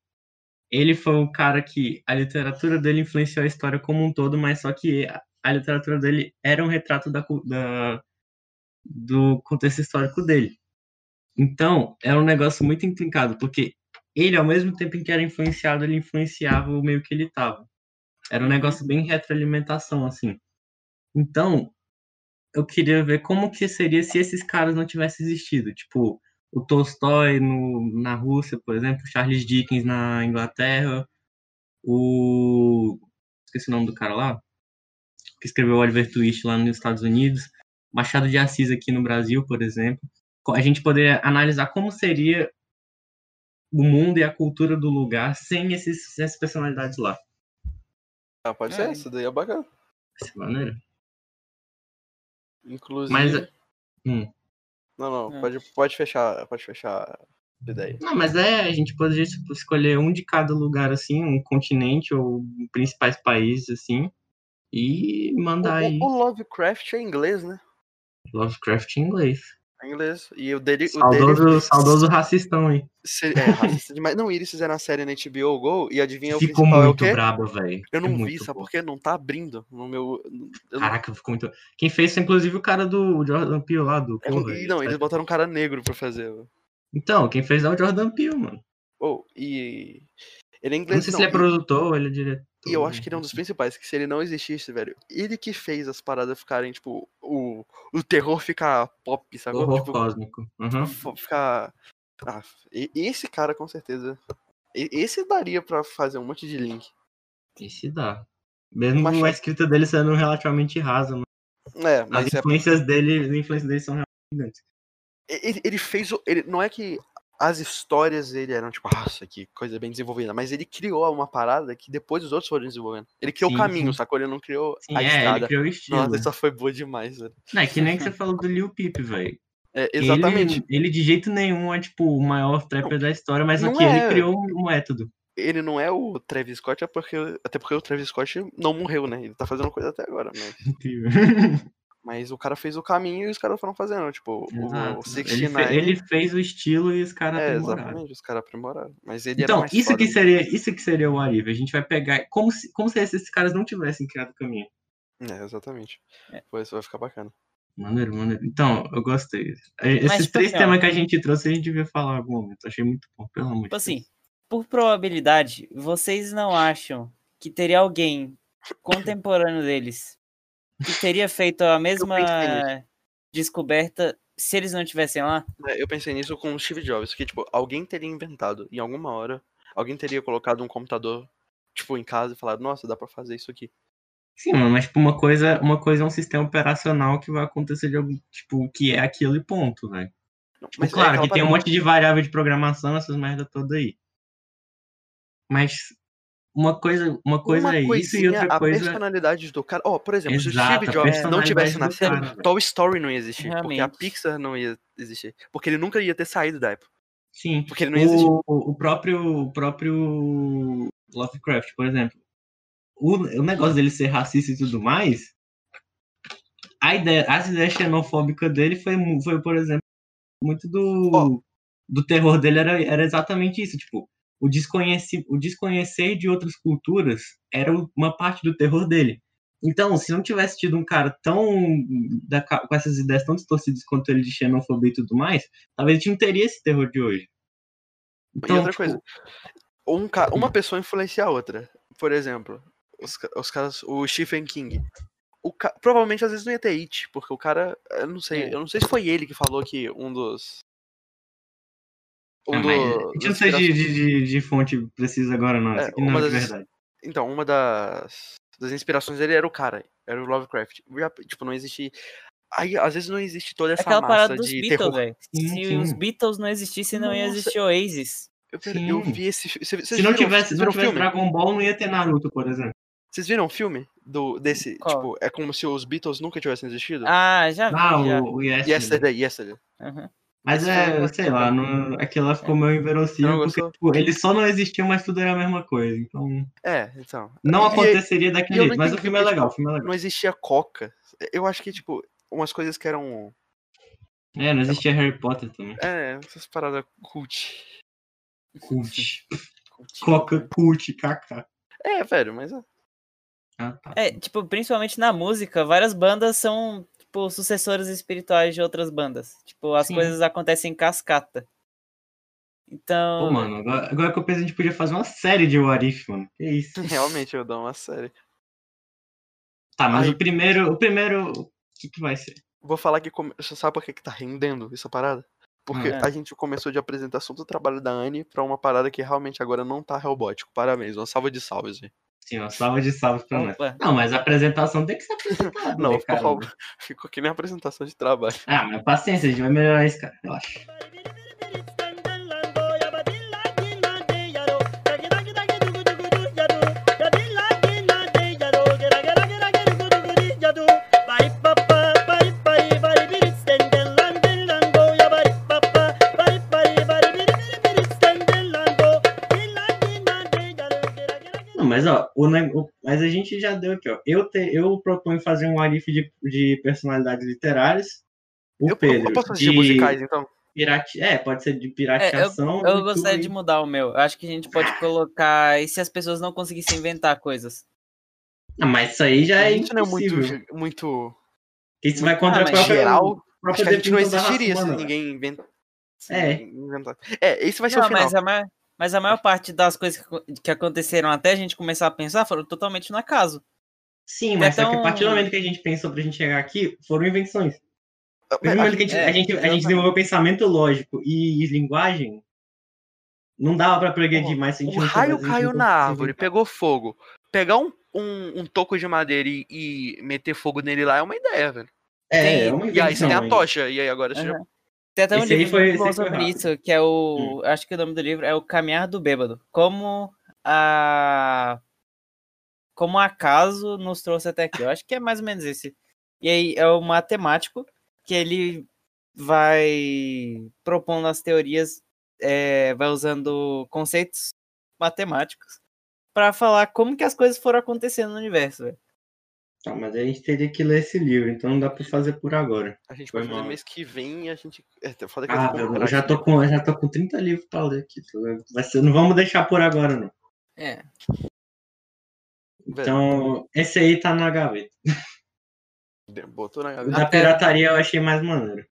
[SPEAKER 1] Ele foi um cara que a literatura dele influenciou a história como um todo, mas só que a- a literatura dele era um retrato da, cu- da- do contexto histórico dele. Então, era um negócio muito intrincado, porque ele, ao mesmo tempo em que era influenciado, ele influenciava o meio que ele estava. Era um negócio bem retroalimentação, assim. Então, eu queria ver como que seria se esses caras não tivessem existido. Tipo, o Tolstói no, na Rússia, por exemplo, o Charles Dickens na Inglaterra, o. Esqueci o nome do cara lá, que escreveu Oliver Twist lá nos Estados Unidos, Machado de Assis aqui no Brasil, por exemplo. Co- A gente poderia analisar como seria o mundo e a cultura do lugar sem esses, sem essas personalidades lá.
[SPEAKER 2] Ah, pode
[SPEAKER 3] É.
[SPEAKER 2] ser, isso daí é bacana.
[SPEAKER 1] Dessa maneira.
[SPEAKER 2] Inclusive.
[SPEAKER 1] Mas- Hum.
[SPEAKER 2] Não, não,
[SPEAKER 3] É.
[SPEAKER 2] pode, pode fechar. Pode fechar a ideia.
[SPEAKER 1] Não, mas é, a gente poderia tipo, escolher um de cada lugar, assim, um continente ou principais países, assim, e mandar aí
[SPEAKER 2] O, o- o Lovecraft é inglês, né?
[SPEAKER 1] Lovecraft em inglês.
[SPEAKER 2] em inglês. E o dele. O dele
[SPEAKER 1] Saudoso, saudoso racistão, hein?
[SPEAKER 2] se- é racista demais. Não, e eles fizeram a série na HBO Go e adivinha
[SPEAKER 1] Ficou
[SPEAKER 2] o principal
[SPEAKER 1] muito
[SPEAKER 2] é o quê?
[SPEAKER 1] brabo, velho.
[SPEAKER 2] Eu
[SPEAKER 1] É
[SPEAKER 2] não vi,
[SPEAKER 1] muito
[SPEAKER 2] sabe
[SPEAKER 1] bom.
[SPEAKER 2] por quê? Não tá abrindo no meu. eu não-
[SPEAKER 1] Caraca, ficou muito. Quem fez foi inclusive o cara do Jordan Peele lá, do
[SPEAKER 2] eu não-
[SPEAKER 1] Conrad,
[SPEAKER 2] É não,
[SPEAKER 1] sabe?
[SPEAKER 2] eles botaram um cara negro pra fazer. velho.
[SPEAKER 1] Então, quem fez é o Jordan Peele, mano.
[SPEAKER 2] Ou, e. Ele é
[SPEAKER 1] Não
[SPEAKER 2] inglês.
[SPEAKER 1] sei
[SPEAKER 2] Não,
[SPEAKER 1] se ele é produtor né? ou ele é diretor. Tipo,
[SPEAKER 2] E eu acho que ele é um dos principais, que se ele não existisse, velho, ele que fez as paradas ficarem, tipo, o, o terror ficar pop, sabe?
[SPEAKER 1] Horror
[SPEAKER 2] Tipo,
[SPEAKER 1] cósmico. Uhum. Aham.
[SPEAKER 2] fo- ficar. Ah, e- esse cara, com certeza. e- Esse daria pra fazer um monte de link.
[SPEAKER 1] Esse dá. Mesmo
[SPEAKER 2] Uma
[SPEAKER 1] a
[SPEAKER 2] chance.
[SPEAKER 1] escrita dele sendo relativamente rasa, mano.
[SPEAKER 2] É,
[SPEAKER 1] As
[SPEAKER 2] mas é,
[SPEAKER 1] influências dele, as influências dele são realmente gigantes.
[SPEAKER 2] ele, ele fez. o- Ele, não é que as histórias dele eram, tipo, nossa, que coisa bem desenvolvida, mas ele criou uma parada que depois os outros foram desenvolvendo. Ele criou
[SPEAKER 1] Sim,
[SPEAKER 2] o caminho,
[SPEAKER 1] sim.
[SPEAKER 2] sacou? Ele não criou
[SPEAKER 1] Sim,
[SPEAKER 2] a
[SPEAKER 1] é, ele
[SPEAKER 2] estrada.
[SPEAKER 1] criou o estilo.
[SPEAKER 2] Nossa, essa foi boa demais, velho.
[SPEAKER 1] Não, é que nem que você falou do Lil Peep, velho.
[SPEAKER 2] É, exatamente.
[SPEAKER 1] Ele, ele de jeito nenhum é, tipo, o maior trapper da história, mas
[SPEAKER 2] não
[SPEAKER 1] aqui
[SPEAKER 2] é.
[SPEAKER 1] ele criou um método.
[SPEAKER 2] ele não é o Travis Scott, é porque, até porque o Travis Scott não morreu, né? Ele tá fazendo coisa até agora, mas,
[SPEAKER 1] *laughs* Incrível.
[SPEAKER 2] mas o cara fez o caminho e os caras foram fazendo, tipo, o,
[SPEAKER 1] Exato. né?
[SPEAKER 2] o
[SPEAKER 1] Ele,
[SPEAKER 2] 69.
[SPEAKER 1] fe- ele fez o estilo e os caras
[SPEAKER 2] é,
[SPEAKER 1] aprimoraram.
[SPEAKER 2] exatamente, os caras aprimoraram. Mas ele era
[SPEAKER 1] Então,
[SPEAKER 2] mais
[SPEAKER 1] isso
[SPEAKER 2] foda,
[SPEAKER 1] que,
[SPEAKER 2] né?
[SPEAKER 1] seria, isso que seria o Arif. A gente vai pegar. Como se, como se esses caras não tivessem criado o caminho.
[SPEAKER 2] É, exatamente. Pô, isso vai ficar bacana.
[SPEAKER 1] Maneiro, maneiro. Então, eu gostei. É, Esses
[SPEAKER 3] Mas, tipo
[SPEAKER 1] três
[SPEAKER 3] assim, ó.
[SPEAKER 1] temas que a gente trouxe, a gente devia falar em algum momento. Achei muito bom, pelo amor de
[SPEAKER 3] Tipo
[SPEAKER 1] Deus.
[SPEAKER 3] assim, por probabilidade, vocês não acham que teria alguém contemporâneo deles que teria feito a mesma
[SPEAKER 2] pensei
[SPEAKER 3] descoberta se eles não tivessem lá?
[SPEAKER 2] É, Eu pensei nisso com o Steve Jobs, que, tipo, alguém teria inventado em alguma hora, alguém teria colocado um computador, tipo, em casa e falado, nossa, dá pra fazer isso aqui.
[SPEAKER 1] Sim, mano, mas tipo, uma coisa, uma coisa é um sistema operacional que vai acontecer de algum. Tipo, que é aquilo e ponto, velho.
[SPEAKER 2] Não,
[SPEAKER 1] Tipo,
[SPEAKER 2] é
[SPEAKER 1] claro
[SPEAKER 2] aquela
[SPEAKER 1] que tem um
[SPEAKER 2] parada.
[SPEAKER 1] monte de variável de programação, essas merda toda aí. Mas uma coisa, uma coisa
[SPEAKER 2] Uma
[SPEAKER 1] é isso e
[SPEAKER 2] coisinha,
[SPEAKER 1] outra
[SPEAKER 2] a
[SPEAKER 1] coisa.
[SPEAKER 2] personalidade do cara. Ó, por exemplo,
[SPEAKER 1] Exato,
[SPEAKER 2] se o
[SPEAKER 1] a
[SPEAKER 2] Steve Jobs não
[SPEAKER 1] personalidade
[SPEAKER 2] tivesse
[SPEAKER 1] do
[SPEAKER 2] nascido,
[SPEAKER 1] cara, velho.
[SPEAKER 2] Toy Story não ia existir, porque a
[SPEAKER 3] Realmente.
[SPEAKER 2] Pixar não ia existir. Porque ele nunca ia ter saído da Apple.
[SPEAKER 1] Sim.
[SPEAKER 2] Porque ele não ia existir.
[SPEAKER 1] O, o próprio, o próprio Lovecraft, por exemplo. O, o negócio dele ser racista e tudo mais. A ideia, as ideias xenofóbicas dele foi, mu- foi por exemplo, muito do,
[SPEAKER 2] Ó.
[SPEAKER 1] do terror dele era, era exatamente isso. Tipo, o, desconheci, o desconhecer de outras culturas era uma parte do terror dele. Então, se não tivesse tido um cara tão. da ca- com essas ideias tão distorcidas quanto ele de xenofobia e tudo mais, talvez a gente não teria esse terror de hoje. Então,
[SPEAKER 2] e outra
[SPEAKER 1] tipo, hum.
[SPEAKER 2] coisa, um ca- uma pessoa influencia a outra. Por exemplo, os, ca- os caras, o Stephen King. O ca- Provavelmente às vezes não ia ter It, porque o cara, eu não sei,
[SPEAKER 3] É.
[SPEAKER 2] eu não sei se foi ele que falou que um dos. Um
[SPEAKER 1] ah, mas a gente
[SPEAKER 2] do,
[SPEAKER 1] não
[SPEAKER 2] dos
[SPEAKER 1] sei de,
[SPEAKER 2] inspira-
[SPEAKER 1] de, de- de fonte precisa agora, não.
[SPEAKER 2] É,
[SPEAKER 1] Isso aqui não
[SPEAKER 2] uma
[SPEAKER 1] é de
[SPEAKER 2] das-
[SPEAKER 1] verdade.
[SPEAKER 2] Então, uma das, das inspirações dele era o cara, era o Lovecraft. Já, tipo, não existe. Aí, às vezes não existe toda essa
[SPEAKER 3] Aquela parada
[SPEAKER 2] massa
[SPEAKER 3] dos
[SPEAKER 2] de
[SPEAKER 3] Beatles,
[SPEAKER 2] terror.
[SPEAKER 3] velho.
[SPEAKER 1] Sim,
[SPEAKER 3] Se
[SPEAKER 1] sim.
[SPEAKER 3] os Beatles não existissem, não ia
[SPEAKER 2] Nossa.
[SPEAKER 3] existir Oasis.
[SPEAKER 2] Eu, pera- eu
[SPEAKER 1] Sim.
[SPEAKER 2] vi esse filme.
[SPEAKER 1] Se não tivesse, se não tivesse Dragon Ball, não ia ter Naruto, por exemplo.
[SPEAKER 2] *laughs* Vocês viram o filme do, desse?
[SPEAKER 3] Qual?
[SPEAKER 2] Tipo, é como se os Beatles nunca tivessem existido?
[SPEAKER 3] Ah, já vi.
[SPEAKER 1] Ah,
[SPEAKER 3] já.
[SPEAKER 1] o, o Yes.
[SPEAKER 2] yesterday, yesterday.
[SPEAKER 3] Aham.
[SPEAKER 1] Mas é, sei lá, não, aquilo lá ficou meio
[SPEAKER 2] Você
[SPEAKER 1] inverossímil,
[SPEAKER 2] não
[SPEAKER 1] porque
[SPEAKER 2] gostou?
[SPEAKER 1] tipo, eles só não existiam, mas tudo era a mesma coisa. Então,
[SPEAKER 2] É, então.
[SPEAKER 1] não
[SPEAKER 2] E-
[SPEAKER 1] aconteceria daquele
[SPEAKER 2] e eu não
[SPEAKER 1] jeito, mas o
[SPEAKER 2] entendi
[SPEAKER 1] filme é
[SPEAKER 2] porque,
[SPEAKER 1] legal, o filme é legal.
[SPEAKER 2] Não existia coca. Eu acho que, tipo, umas coisas que eram.
[SPEAKER 1] É, não existia Harry Potter também.
[SPEAKER 2] É, essas paradas cult.
[SPEAKER 1] Cult.
[SPEAKER 2] cult.
[SPEAKER 1] Coca, cult, kaká.
[SPEAKER 2] É, velho, mas. é. *laughs*
[SPEAKER 1] Ah, tá.
[SPEAKER 3] É, tipo, principalmente na música, várias bandas são, tipo, sucessoras espirituais de outras bandas. Tipo, as
[SPEAKER 1] Sim.
[SPEAKER 3] coisas acontecem em cascata. Então,
[SPEAKER 1] Pô, mano, agora, agora que eu penso, a gente podia fazer uma série de What If, mano. Que isso.
[SPEAKER 2] Realmente, eu dou uma série.
[SPEAKER 1] Tá, mas
[SPEAKER 2] Aí-
[SPEAKER 1] o primeiro, o primeiro, o que que vai ser?
[SPEAKER 2] Vou falar que. Come... Você sabe por que, que tá rendendo essa parada? Porque
[SPEAKER 3] Ah.
[SPEAKER 2] a gente começou de apresentação do trabalho da Anne pra uma parada que realmente agora não tá robótico. Parabéns, uma salva de salves, velho.
[SPEAKER 1] Sim, uma salva de salvas pra nós.
[SPEAKER 3] opa,
[SPEAKER 1] Não, mas a apresentação tem que ser apresentada.
[SPEAKER 2] *laughs* Não,
[SPEAKER 1] né,
[SPEAKER 2] ficou,
[SPEAKER 1] cara?
[SPEAKER 2] fal- ficou que nem apresentação de trabalho.
[SPEAKER 1] Ah, mas paciência, a gente vai melhorar isso, cara. Relaxa. Não, mas ó, o, ne- o- mas a gente já deu aqui, ó. Eu, te- eu proponho fazer um arif de, de personalidades literárias. O
[SPEAKER 2] Eu,
[SPEAKER 1] Pedro.
[SPEAKER 2] eu posso assistir
[SPEAKER 1] de
[SPEAKER 2] musicais, então?
[SPEAKER 1] pirate... É, pode ser de pirateação.
[SPEAKER 3] Eu
[SPEAKER 1] e
[SPEAKER 3] gostaria
[SPEAKER 1] tu-
[SPEAKER 3] de mudar o meu. Eu acho que a gente pode colocar. E se as pessoas não conseguissem inventar coisas?
[SPEAKER 1] Ah, mas isso aí já é
[SPEAKER 2] isso não é muito,
[SPEAKER 1] impossível.
[SPEAKER 2] muito
[SPEAKER 1] Isso vai
[SPEAKER 3] Ah,
[SPEAKER 1] contra a
[SPEAKER 3] mas
[SPEAKER 1] própria,
[SPEAKER 2] geral.
[SPEAKER 1] própria
[SPEAKER 2] Acho que a gente não é
[SPEAKER 1] definição da
[SPEAKER 2] existiria
[SPEAKER 1] raça
[SPEAKER 2] se
[SPEAKER 1] humana,
[SPEAKER 2] assim, ninguém inventa. se
[SPEAKER 1] É.
[SPEAKER 2] ninguém inventar. É, esse vai ser
[SPEAKER 3] Não,
[SPEAKER 2] o final.
[SPEAKER 3] mas a, maior, mas a maior parte das coisas que, acon- que aconteceram até a gente começar a pensar foram totalmente no acaso.
[SPEAKER 1] Sim, mas É, só que a
[SPEAKER 3] Então-
[SPEAKER 1] partir do momento que a gente pensou pra gente chegar aqui, foram invenções.
[SPEAKER 2] Ah,
[SPEAKER 1] No mesmo
[SPEAKER 2] a
[SPEAKER 1] momento que a
[SPEAKER 2] gente- é,
[SPEAKER 1] gente, a gente, a gente
[SPEAKER 2] exatamente.
[SPEAKER 1] desenvolveu pensamento lógico e, e linguagem, não dava pra progredir mais. se a gente
[SPEAKER 2] O
[SPEAKER 1] não
[SPEAKER 2] raio
[SPEAKER 1] soubesse- a gente
[SPEAKER 2] caiu
[SPEAKER 1] não
[SPEAKER 2] na
[SPEAKER 1] conseguisse
[SPEAKER 2] árvore,
[SPEAKER 1] inventar.
[SPEAKER 2] pegou fogo. Pegar um, um, um toco de madeira e, e meter fogo nele lá é uma ideia, velho.
[SPEAKER 1] É,
[SPEAKER 3] Tem-
[SPEAKER 1] é uma
[SPEAKER 2] um E aí você
[SPEAKER 1] invenção.
[SPEAKER 2] tem a
[SPEAKER 1] aí.
[SPEAKER 2] tocha, e aí agora você já.
[SPEAKER 3] Aham. Tem até um
[SPEAKER 1] Esse aí
[SPEAKER 3] livro
[SPEAKER 1] foi-
[SPEAKER 3] muito
[SPEAKER 1] esse
[SPEAKER 3] bom
[SPEAKER 1] aí foi Hum.
[SPEAKER 3] sobre
[SPEAKER 1] rápido.
[SPEAKER 3] isso, que é o. Acho que o nome do livro é O Caminhar do Bêbado. Como a. Como o acaso nos trouxe até aqui. Eu acho que é mais ou menos esse. E aí é o matemático que ele vai propondo as teorias, é, vai usando conceitos matemáticos para falar como que as coisas foram acontecendo no universo. velho.
[SPEAKER 1] Tá, mas aí a gente teria que ler esse livro, então não dá pra fazer por agora.
[SPEAKER 2] A gente
[SPEAKER 1] Foi
[SPEAKER 2] pode fazer
[SPEAKER 1] mal.
[SPEAKER 2] mês que vem a gente. É, foda que eu
[SPEAKER 1] Ah,
[SPEAKER 2] tenho que
[SPEAKER 1] eu
[SPEAKER 2] comprar
[SPEAKER 1] já
[SPEAKER 2] aqui.
[SPEAKER 1] tô, com, eu já tô com 30 livros pra ler aqui. tá vendo? Vai ser- não vamos deixar por agora, não.
[SPEAKER 3] É.
[SPEAKER 2] Velho,
[SPEAKER 1] Então, esse aí tá na gaveta.
[SPEAKER 2] Botou na
[SPEAKER 1] O
[SPEAKER 2] gaveta.
[SPEAKER 1] da
[SPEAKER 3] Até-
[SPEAKER 1] pirataria eu achei mais maneiro.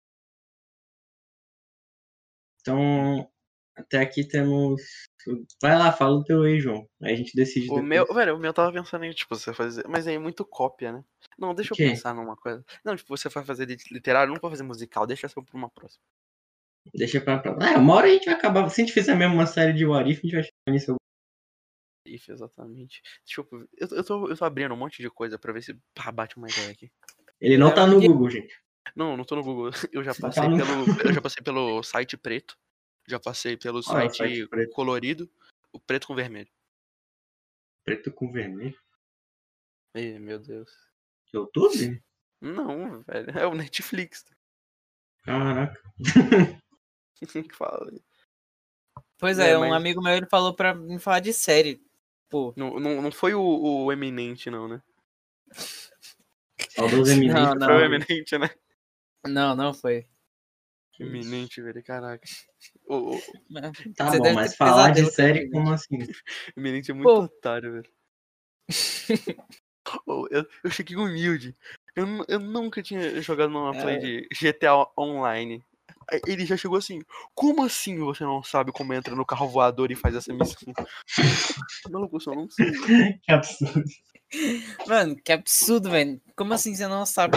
[SPEAKER 1] Então, até aqui temos. Vai lá, fala o teu aí, João. Aí a gente decide.
[SPEAKER 2] O
[SPEAKER 1] depois.
[SPEAKER 2] meu, velho, o meu eu tava pensando em, tipo, você fazer. Mas aí é muito cópia, né? Não, deixa
[SPEAKER 1] O
[SPEAKER 2] eu
[SPEAKER 1] quê?
[SPEAKER 2] pensar numa coisa. Não, tipo, você vai fazer lit- literário, não vai fazer musical, deixa só pra uma próxima.
[SPEAKER 1] Deixa pra. pra... Ah, uma hora a gente vai acabar. Se a gente fizer mesmo uma série de Warif, a gente vai chegar nisso.
[SPEAKER 2] If, exatamente. Deixa eu. Eu, eu, tô, eu tô abrindo um monte de coisa pra ver se pá, bate uma ideia aqui.
[SPEAKER 1] Ele
[SPEAKER 2] É,
[SPEAKER 1] não tá no Google, gente.
[SPEAKER 2] Não, não tô no Google. *laughs* Eu já
[SPEAKER 1] Você tá
[SPEAKER 2] passei
[SPEAKER 1] no
[SPEAKER 2] pelo. Eu já passei pelo site preto. Já passei pelo
[SPEAKER 1] Olha, Ah, o
[SPEAKER 2] site,
[SPEAKER 1] site preto.
[SPEAKER 2] colorido. O preto com vermelho.
[SPEAKER 1] Preto com vermelho.
[SPEAKER 2] Ih, meu Deus.
[SPEAKER 1] YouTube?
[SPEAKER 2] Não, velho. É o Netflix. *laughs*
[SPEAKER 1] Caraca.
[SPEAKER 2] Quem que fala?
[SPEAKER 3] Pois
[SPEAKER 2] É,
[SPEAKER 1] Né,
[SPEAKER 3] é, um
[SPEAKER 2] mas-
[SPEAKER 3] amigo meu ele falou pra me falar de série. Pô,
[SPEAKER 2] Não, não, não foi o, o eminente, não, né?
[SPEAKER 1] Saudoso Eminente.
[SPEAKER 3] Não,
[SPEAKER 2] Foi o
[SPEAKER 3] não.
[SPEAKER 2] eminente, né?
[SPEAKER 3] Não, não foi.
[SPEAKER 2] Eminente, velho. Caraca. *laughs* O, o
[SPEAKER 1] Tá
[SPEAKER 3] Você
[SPEAKER 1] bom,
[SPEAKER 3] deve
[SPEAKER 1] mas
[SPEAKER 3] ter
[SPEAKER 1] falar de
[SPEAKER 3] pesadelo
[SPEAKER 1] série
[SPEAKER 3] também, né?
[SPEAKER 1] como assim?
[SPEAKER 2] eminente é muito
[SPEAKER 3] Pô.
[SPEAKER 2] otário, velho. *laughs* Ô, eu, eu cheguei humilde. Eu, nu- eu nunca tinha jogado numa play
[SPEAKER 3] É.
[SPEAKER 2] de GTA o- Online. Aí Ele já chegou assim, como assim você não sabe como entra no carro voador e faz essa missão? *laughs* Maluco, eu só não sei.
[SPEAKER 1] *laughs* Que absurdo.
[SPEAKER 3] Mano, que absurdo, velho. Como assim você não sabe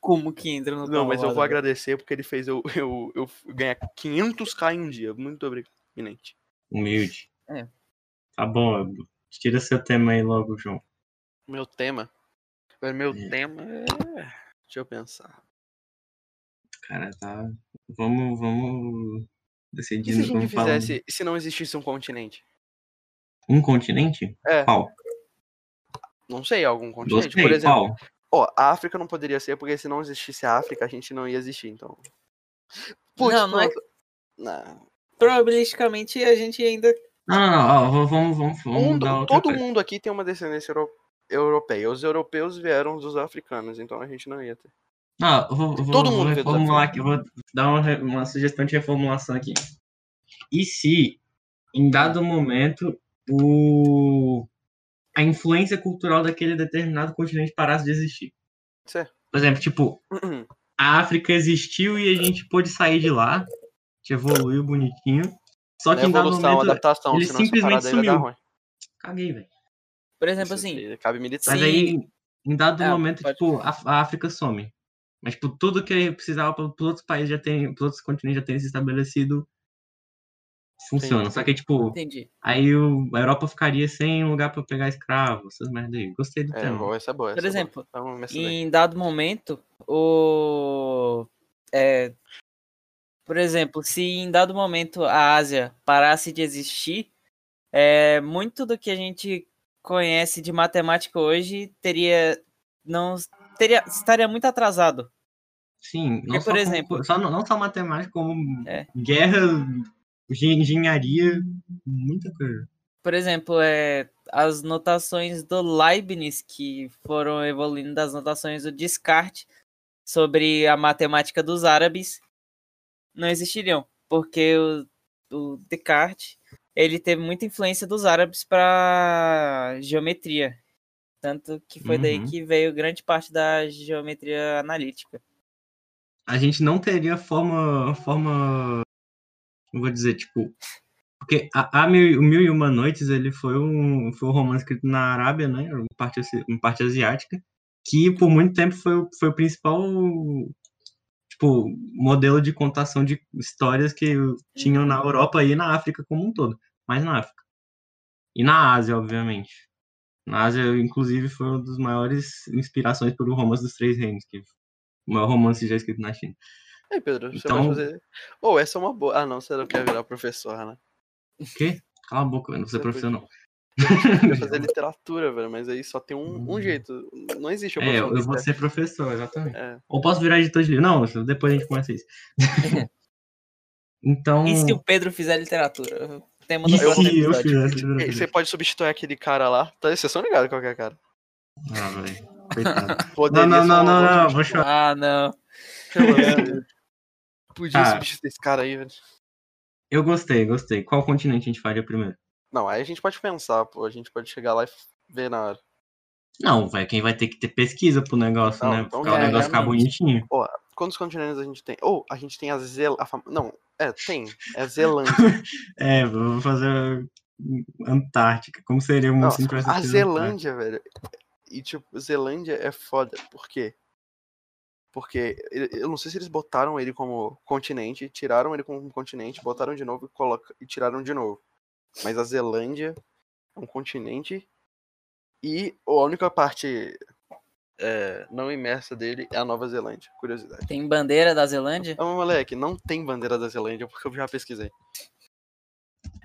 [SPEAKER 3] como que entra no
[SPEAKER 2] Não, tá né? mas eu vou
[SPEAKER 3] Torvaldo, velho?
[SPEAKER 2] agradecer porque ele fez eu, eu, eu ganhar 500k em um dia. Muito obrigado, eminente.
[SPEAKER 1] Humilde.
[SPEAKER 3] É.
[SPEAKER 1] Tá bom, Abdu. tira seu tema aí logo, João.
[SPEAKER 2] Meu tema. Velho, Meu
[SPEAKER 1] É.
[SPEAKER 2] tema é. Deixa eu pensar.
[SPEAKER 1] Cara, tá. Vamos, vamos
[SPEAKER 2] E se a
[SPEAKER 1] decidir
[SPEAKER 2] gente
[SPEAKER 1] vamos falar.
[SPEAKER 2] fizesse se não existisse um continente?
[SPEAKER 1] Um continente?
[SPEAKER 2] É.
[SPEAKER 1] Qual?
[SPEAKER 2] Não sei, algum
[SPEAKER 1] Gostei,
[SPEAKER 2] continente. Por exemplo,
[SPEAKER 1] qual?
[SPEAKER 2] ó, a África não poderia ser, porque se não existisse a África, a gente não ia existir, então.
[SPEAKER 3] Não, não é-
[SPEAKER 2] pronto. Não.
[SPEAKER 3] Probabilisticamente a gente ainda.
[SPEAKER 1] Não, não, não, ó, v- vamos, vamos, vamos
[SPEAKER 2] Mundo-
[SPEAKER 1] mudar outra
[SPEAKER 2] Um todo
[SPEAKER 1] coisa.
[SPEAKER 2] mundo aqui tem uma descendência euro- europeia. Os europeus vieram dos africanos, então a gente não ia ter.
[SPEAKER 1] Não, eu vou, eu vou,
[SPEAKER 2] Todo
[SPEAKER 1] vou
[SPEAKER 2] mundo vê
[SPEAKER 1] reformular
[SPEAKER 2] desafio.
[SPEAKER 1] aqui, eu vou dar uma, re- uma sugestão de reformulação aqui. E se, em dado momento, o... a influência cultural daquele determinado continente parasse de existir?
[SPEAKER 2] Certo.
[SPEAKER 1] Por exemplo, tipo,
[SPEAKER 2] né?
[SPEAKER 1] a África existiu e a gente pôde sair de lá, a gente evoluiu bonitinho, só
[SPEAKER 2] Não
[SPEAKER 1] que
[SPEAKER 2] é
[SPEAKER 1] em dado
[SPEAKER 2] evolução,
[SPEAKER 1] momento...
[SPEAKER 2] adaptação,
[SPEAKER 1] ele
[SPEAKER 2] senão essa
[SPEAKER 1] simplesmente
[SPEAKER 2] parada aí vai dar
[SPEAKER 1] sumiu.
[SPEAKER 2] ruim.
[SPEAKER 1] Caguei, velho.
[SPEAKER 3] Por exemplo,
[SPEAKER 2] Isso
[SPEAKER 3] assim.
[SPEAKER 2] daí Cabe militar.
[SPEAKER 1] Mas é
[SPEAKER 3] Sim.
[SPEAKER 1] aí, em dado
[SPEAKER 3] É,
[SPEAKER 1] momento,
[SPEAKER 3] pode-
[SPEAKER 1] tipo, a, a África some. Mas, tipo, tudo que precisava para outros países já tem, para outros continentes já tem se estabelecido, funciona.
[SPEAKER 2] Entendi.
[SPEAKER 1] Só que, tipo,
[SPEAKER 3] Entendi.
[SPEAKER 1] aí o- a Europa ficaria sem um lugar para pegar escravo, essas merda aí. Gostei do
[SPEAKER 2] É,
[SPEAKER 1] tema.
[SPEAKER 2] boa, essa é boa.
[SPEAKER 3] Por
[SPEAKER 2] essa é boa.
[SPEAKER 3] exemplo,
[SPEAKER 2] Então, vamos nessa daí.
[SPEAKER 3] Em dado momento, o. É. Por exemplo, se em dado momento a Ásia parasse de existir, é, muito do que a gente conhece de matemática hoje teria. Não. Teria, estaria muito atrasado.
[SPEAKER 1] Sim, não
[SPEAKER 3] Porque,
[SPEAKER 1] só
[SPEAKER 3] por
[SPEAKER 1] como-
[SPEAKER 3] exemplo-
[SPEAKER 1] só, não, não só matemática, como
[SPEAKER 3] É.
[SPEAKER 1] guerra, engen- engenharia, muita coisa.
[SPEAKER 3] por exemplo, é, as notações do Leibniz, que foram evoluindo das notações do Descartes, sobre a matemática dos árabes não existiriam, porque o, o Descartes ele teve muita influência dos árabes para geometria, tanto que foi daí
[SPEAKER 1] Uhum.
[SPEAKER 3] que veio grande parte da geometria analítica.
[SPEAKER 1] a gente não teria forma. forma. Como vou dizer, tipo. Porque a, a Mil, o Mil e Uma Noites ele foi um, foi um romance escrito na Arábia, né? Uma parte, asi- uma parte asiática. Que por muito tempo foi, o- foi o principal tipo, modelo de contação de histórias que tinham na Europa e na África como um todo. Mas na África. E na Ásia, obviamente. Na Ásia, inclusive, foi uma das maiores inspirações pelo romance dos Três Reinos, que o maior romance já escrito na China.
[SPEAKER 2] Aí, Pedro, você
[SPEAKER 1] Então-
[SPEAKER 2] vai fazer. Ou essa é uma boa. Ah, não, você não quer virar professor, né?
[SPEAKER 1] Cala a boca, eu não sou
[SPEAKER 2] Você
[SPEAKER 1] professor, não.
[SPEAKER 2] *laughs* Você
[SPEAKER 1] *laughs*
[SPEAKER 2] vai fazer literatura, velho, mas aí só tem um, um jeito. Não existe o
[SPEAKER 1] Uhum. É, eu, eu vou
[SPEAKER 2] professor.
[SPEAKER 1] ser professor, exatamente. *laughs*
[SPEAKER 2] É.
[SPEAKER 1] Ou posso virar editor de livro. Não, isso- depois a gente começa
[SPEAKER 2] *laughs*
[SPEAKER 1] isso. então.
[SPEAKER 3] E se o Pedro fizer literatura? Tema do
[SPEAKER 1] e se
[SPEAKER 3] próximo
[SPEAKER 1] eu fizesse
[SPEAKER 3] episódio.
[SPEAKER 2] E aí, Você
[SPEAKER 1] literatura?
[SPEAKER 2] pode substituir aquele cara lá. Tá, vocês são ligados qualquer cara. é
[SPEAKER 1] Ah,
[SPEAKER 2] *laughs*
[SPEAKER 1] velho. Coitado. Não,
[SPEAKER 2] Poderia
[SPEAKER 1] não,
[SPEAKER 2] ser
[SPEAKER 1] não,
[SPEAKER 2] uma
[SPEAKER 1] não,
[SPEAKER 2] boa
[SPEAKER 1] não, vou chorar.
[SPEAKER 3] Ah, não.
[SPEAKER 2] substituição. né?
[SPEAKER 1] *laughs*
[SPEAKER 2] Podia
[SPEAKER 1] Tá.
[SPEAKER 2] substituir esse cara aí, velho.
[SPEAKER 1] Eu gostei, gostei. Qual continente a gente faria primeiro?
[SPEAKER 2] Não, aí a gente pode pensar, pô. A gente pode chegar lá e ver na hora.
[SPEAKER 1] Não, velho, quem vai ter que ter pesquisa pro negócio,
[SPEAKER 2] Não,
[SPEAKER 1] né?
[SPEAKER 2] então
[SPEAKER 1] Porque o
[SPEAKER 3] é,
[SPEAKER 1] negócio ficar
[SPEAKER 3] realmente.
[SPEAKER 1] bonitinho.
[SPEAKER 2] Quantos continentes a gente tem? Ou a gente tem a Zelândia. Não, é, tem. É a Zelândia.
[SPEAKER 1] É, vou fazer Antártica. Como seria um uma
[SPEAKER 2] Não,
[SPEAKER 1] simplicidade da
[SPEAKER 2] a
[SPEAKER 1] Antártica?
[SPEAKER 2] Zelândia, velho. E, tipo, Zelândia é foda. Por quê? Porque ele- eu não sei se eles botaram ele como continente, tiraram ele como um continente, botaram de novo e, coloca, e tiraram de novo. Mas a Zelândia é um continente e a única parte é, não imersa dele é a Nova Zelândia. Curiosidade.
[SPEAKER 3] Tem bandeira da Zelândia?
[SPEAKER 2] Ah, mas, moleque, não tem bandeira da Zelândia, porque eu já pesquisei.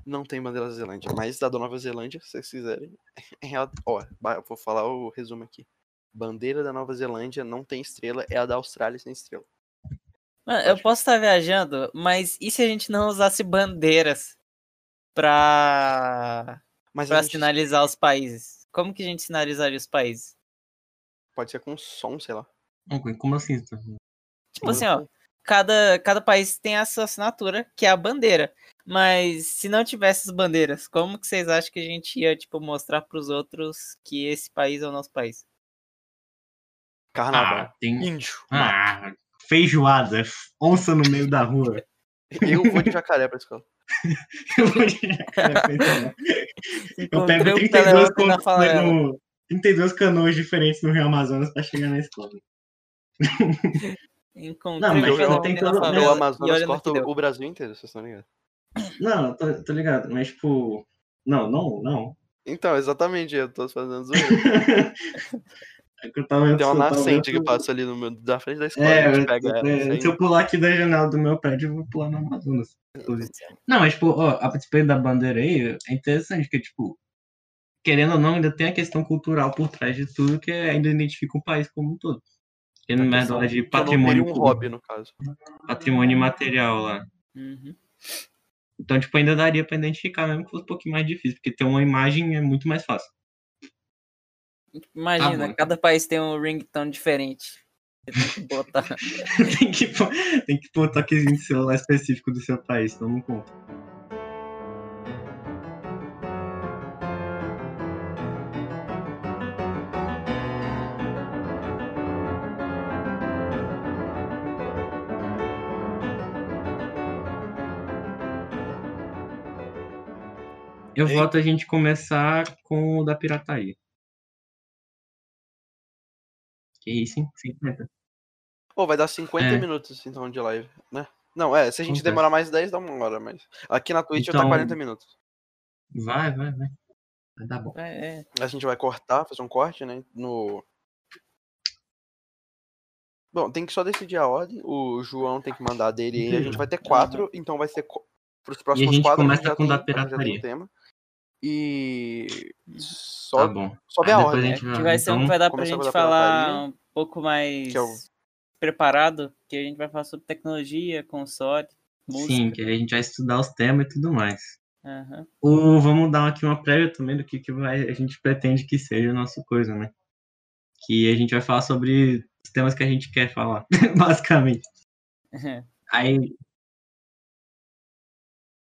[SPEAKER 2] Não tem bandeira da Zelândia, mas da Nova Zelândia, se vocês quiserem. *laughs* é a- Ó, ba- eu vou falar o resumo aqui. Bandeira da Nova Zelândia não tem estrela, é a da Austrália sem estrela.
[SPEAKER 3] Mano, eu
[SPEAKER 2] Pode.
[SPEAKER 3] posso estar viajando, mas e se a gente não usasse bandeiras pra,
[SPEAKER 2] Mas a
[SPEAKER 3] pra
[SPEAKER 2] gente
[SPEAKER 3] sinalizar os países? Como que a gente sinalizaria os países?
[SPEAKER 2] pode ser com som, sei lá.
[SPEAKER 1] Não, Como assim?
[SPEAKER 3] Tipo assim,
[SPEAKER 2] Uhum.
[SPEAKER 3] ó, cada, cada país tem a sua assinatura, que é a bandeira. Mas se não tivesse as bandeiras, como que vocês acham que a gente ia, tipo, mostrar pros outros que esse país é o nosso país?
[SPEAKER 2] Carnaval.
[SPEAKER 1] Ah, tem.
[SPEAKER 2] Índio.
[SPEAKER 1] Ah, feijoada. Onça no meio da rua.
[SPEAKER 3] *laughs*
[SPEAKER 2] Eu vou de jacaré pra escola.
[SPEAKER 1] Eu vou de- Eu
[SPEAKER 3] Encontrei
[SPEAKER 1] pego
[SPEAKER 3] o
[SPEAKER 1] 32,
[SPEAKER 3] Teleópio Um na
[SPEAKER 1] cano-
[SPEAKER 3] favela.
[SPEAKER 1] no- 32 canoas diferentes no Rio Amazonas pra chegar na escola.
[SPEAKER 3] Encontrei
[SPEAKER 1] Não,
[SPEAKER 3] o
[SPEAKER 1] mas
[SPEAKER 2] eu- eu-
[SPEAKER 3] Teleópio
[SPEAKER 1] tem
[SPEAKER 3] na
[SPEAKER 1] todo-
[SPEAKER 2] Meu
[SPEAKER 3] favela e
[SPEAKER 2] Amazonas
[SPEAKER 3] olha no que
[SPEAKER 2] corta
[SPEAKER 3] deu.
[SPEAKER 2] o o Brasil inteiro, vocês estão ligados?
[SPEAKER 1] Não, tô, tô ligado, mas tipo. Não, não, não.
[SPEAKER 2] Então, exatamente, eu tô fazendo zoeira.
[SPEAKER 1] *laughs* É que eu tava-
[SPEAKER 2] Tem uma
[SPEAKER 1] eu tava-
[SPEAKER 2] nascente que passa ali no meu, da frente da escola.
[SPEAKER 1] É,
[SPEAKER 2] Tipo, a gente
[SPEAKER 1] eu-
[SPEAKER 2] pega ela,
[SPEAKER 1] é,
[SPEAKER 2] sem-
[SPEAKER 1] se eu pular aqui da janela do meu prédio, eu vou pular no Amazonas. inclusive. Não, mas, tipo, ó, a participante da bandeira aí é interessante, porque, tipo, querendo ou não, ainda tem a questão cultural por trás de tudo que é, ainda identifica o país como um todo. Tem
[SPEAKER 2] A
[SPEAKER 1] merda
[SPEAKER 2] questão
[SPEAKER 1] lá de
[SPEAKER 2] Tá que eu não teria
[SPEAKER 1] patrimônio,
[SPEAKER 2] um
[SPEAKER 1] público,
[SPEAKER 2] hobby, no caso.
[SPEAKER 1] patrimônio material lá.
[SPEAKER 3] Uhum.
[SPEAKER 1] Então, tipo, ainda daria pra identificar, mesmo que fosse um pouquinho mais difícil, porque ter uma imagem é muito mais fácil.
[SPEAKER 3] Imagina,
[SPEAKER 1] Tá bom.
[SPEAKER 3] cada país tem um ringtone diferente. Você tem que botar.
[SPEAKER 1] *laughs* tem, que, pô- tem que pôr um toquezinho de celular específico do seu país, senão não conta. Eu
[SPEAKER 2] Ei.
[SPEAKER 1] voto a gente começar com o da pirataria. Que isso, hein? 50.
[SPEAKER 2] Pô, vai dar 50
[SPEAKER 1] É.
[SPEAKER 2] minutos, então, de live, né? Não, é, se a gente
[SPEAKER 1] Acontece.
[SPEAKER 2] demorar mais 10, dá uma hora, mas... Aqui na Twitch tá
[SPEAKER 1] Então-
[SPEAKER 2] 40 minutos.
[SPEAKER 1] Vai, vai, vai. Vai dar bom.
[SPEAKER 3] É, é.
[SPEAKER 2] A gente vai cortar, fazer um corte, né, no... Bom, tem que só decidir a ordem. O João tem que mandar a dele aí. A gente vai ter quatro, então vai ser... co- Pros próximos
[SPEAKER 1] gente
[SPEAKER 2] quatro,
[SPEAKER 1] começa com o da
[SPEAKER 2] tem- a gente já tem
[SPEAKER 1] pirataria.
[SPEAKER 2] o tema. E...
[SPEAKER 1] Tá
[SPEAKER 2] Só,
[SPEAKER 1] bom.
[SPEAKER 2] só vê
[SPEAKER 1] Aí
[SPEAKER 2] a
[SPEAKER 1] depois a
[SPEAKER 2] ordem,
[SPEAKER 1] gente
[SPEAKER 2] né?
[SPEAKER 3] Que vai ser um que
[SPEAKER 1] então,
[SPEAKER 3] vai dar pra
[SPEAKER 2] começar pela
[SPEAKER 3] gente
[SPEAKER 2] pirataria,
[SPEAKER 3] falar um pouco mais
[SPEAKER 2] que é o-
[SPEAKER 3] preparado, que a gente vai falar sobre tecnologia, console, música.
[SPEAKER 1] Sim, que aí a gente vai estudar os temas e tudo mais.
[SPEAKER 3] Aham.
[SPEAKER 1] O, vamos dar aqui uma prévia também do que, que vai, a gente pretende que seja a nossa coisa, né? Que a gente vai falar sobre os temas que a gente quer falar, *laughs* basicamente.
[SPEAKER 3] É.
[SPEAKER 1] Aí,
[SPEAKER 2] né,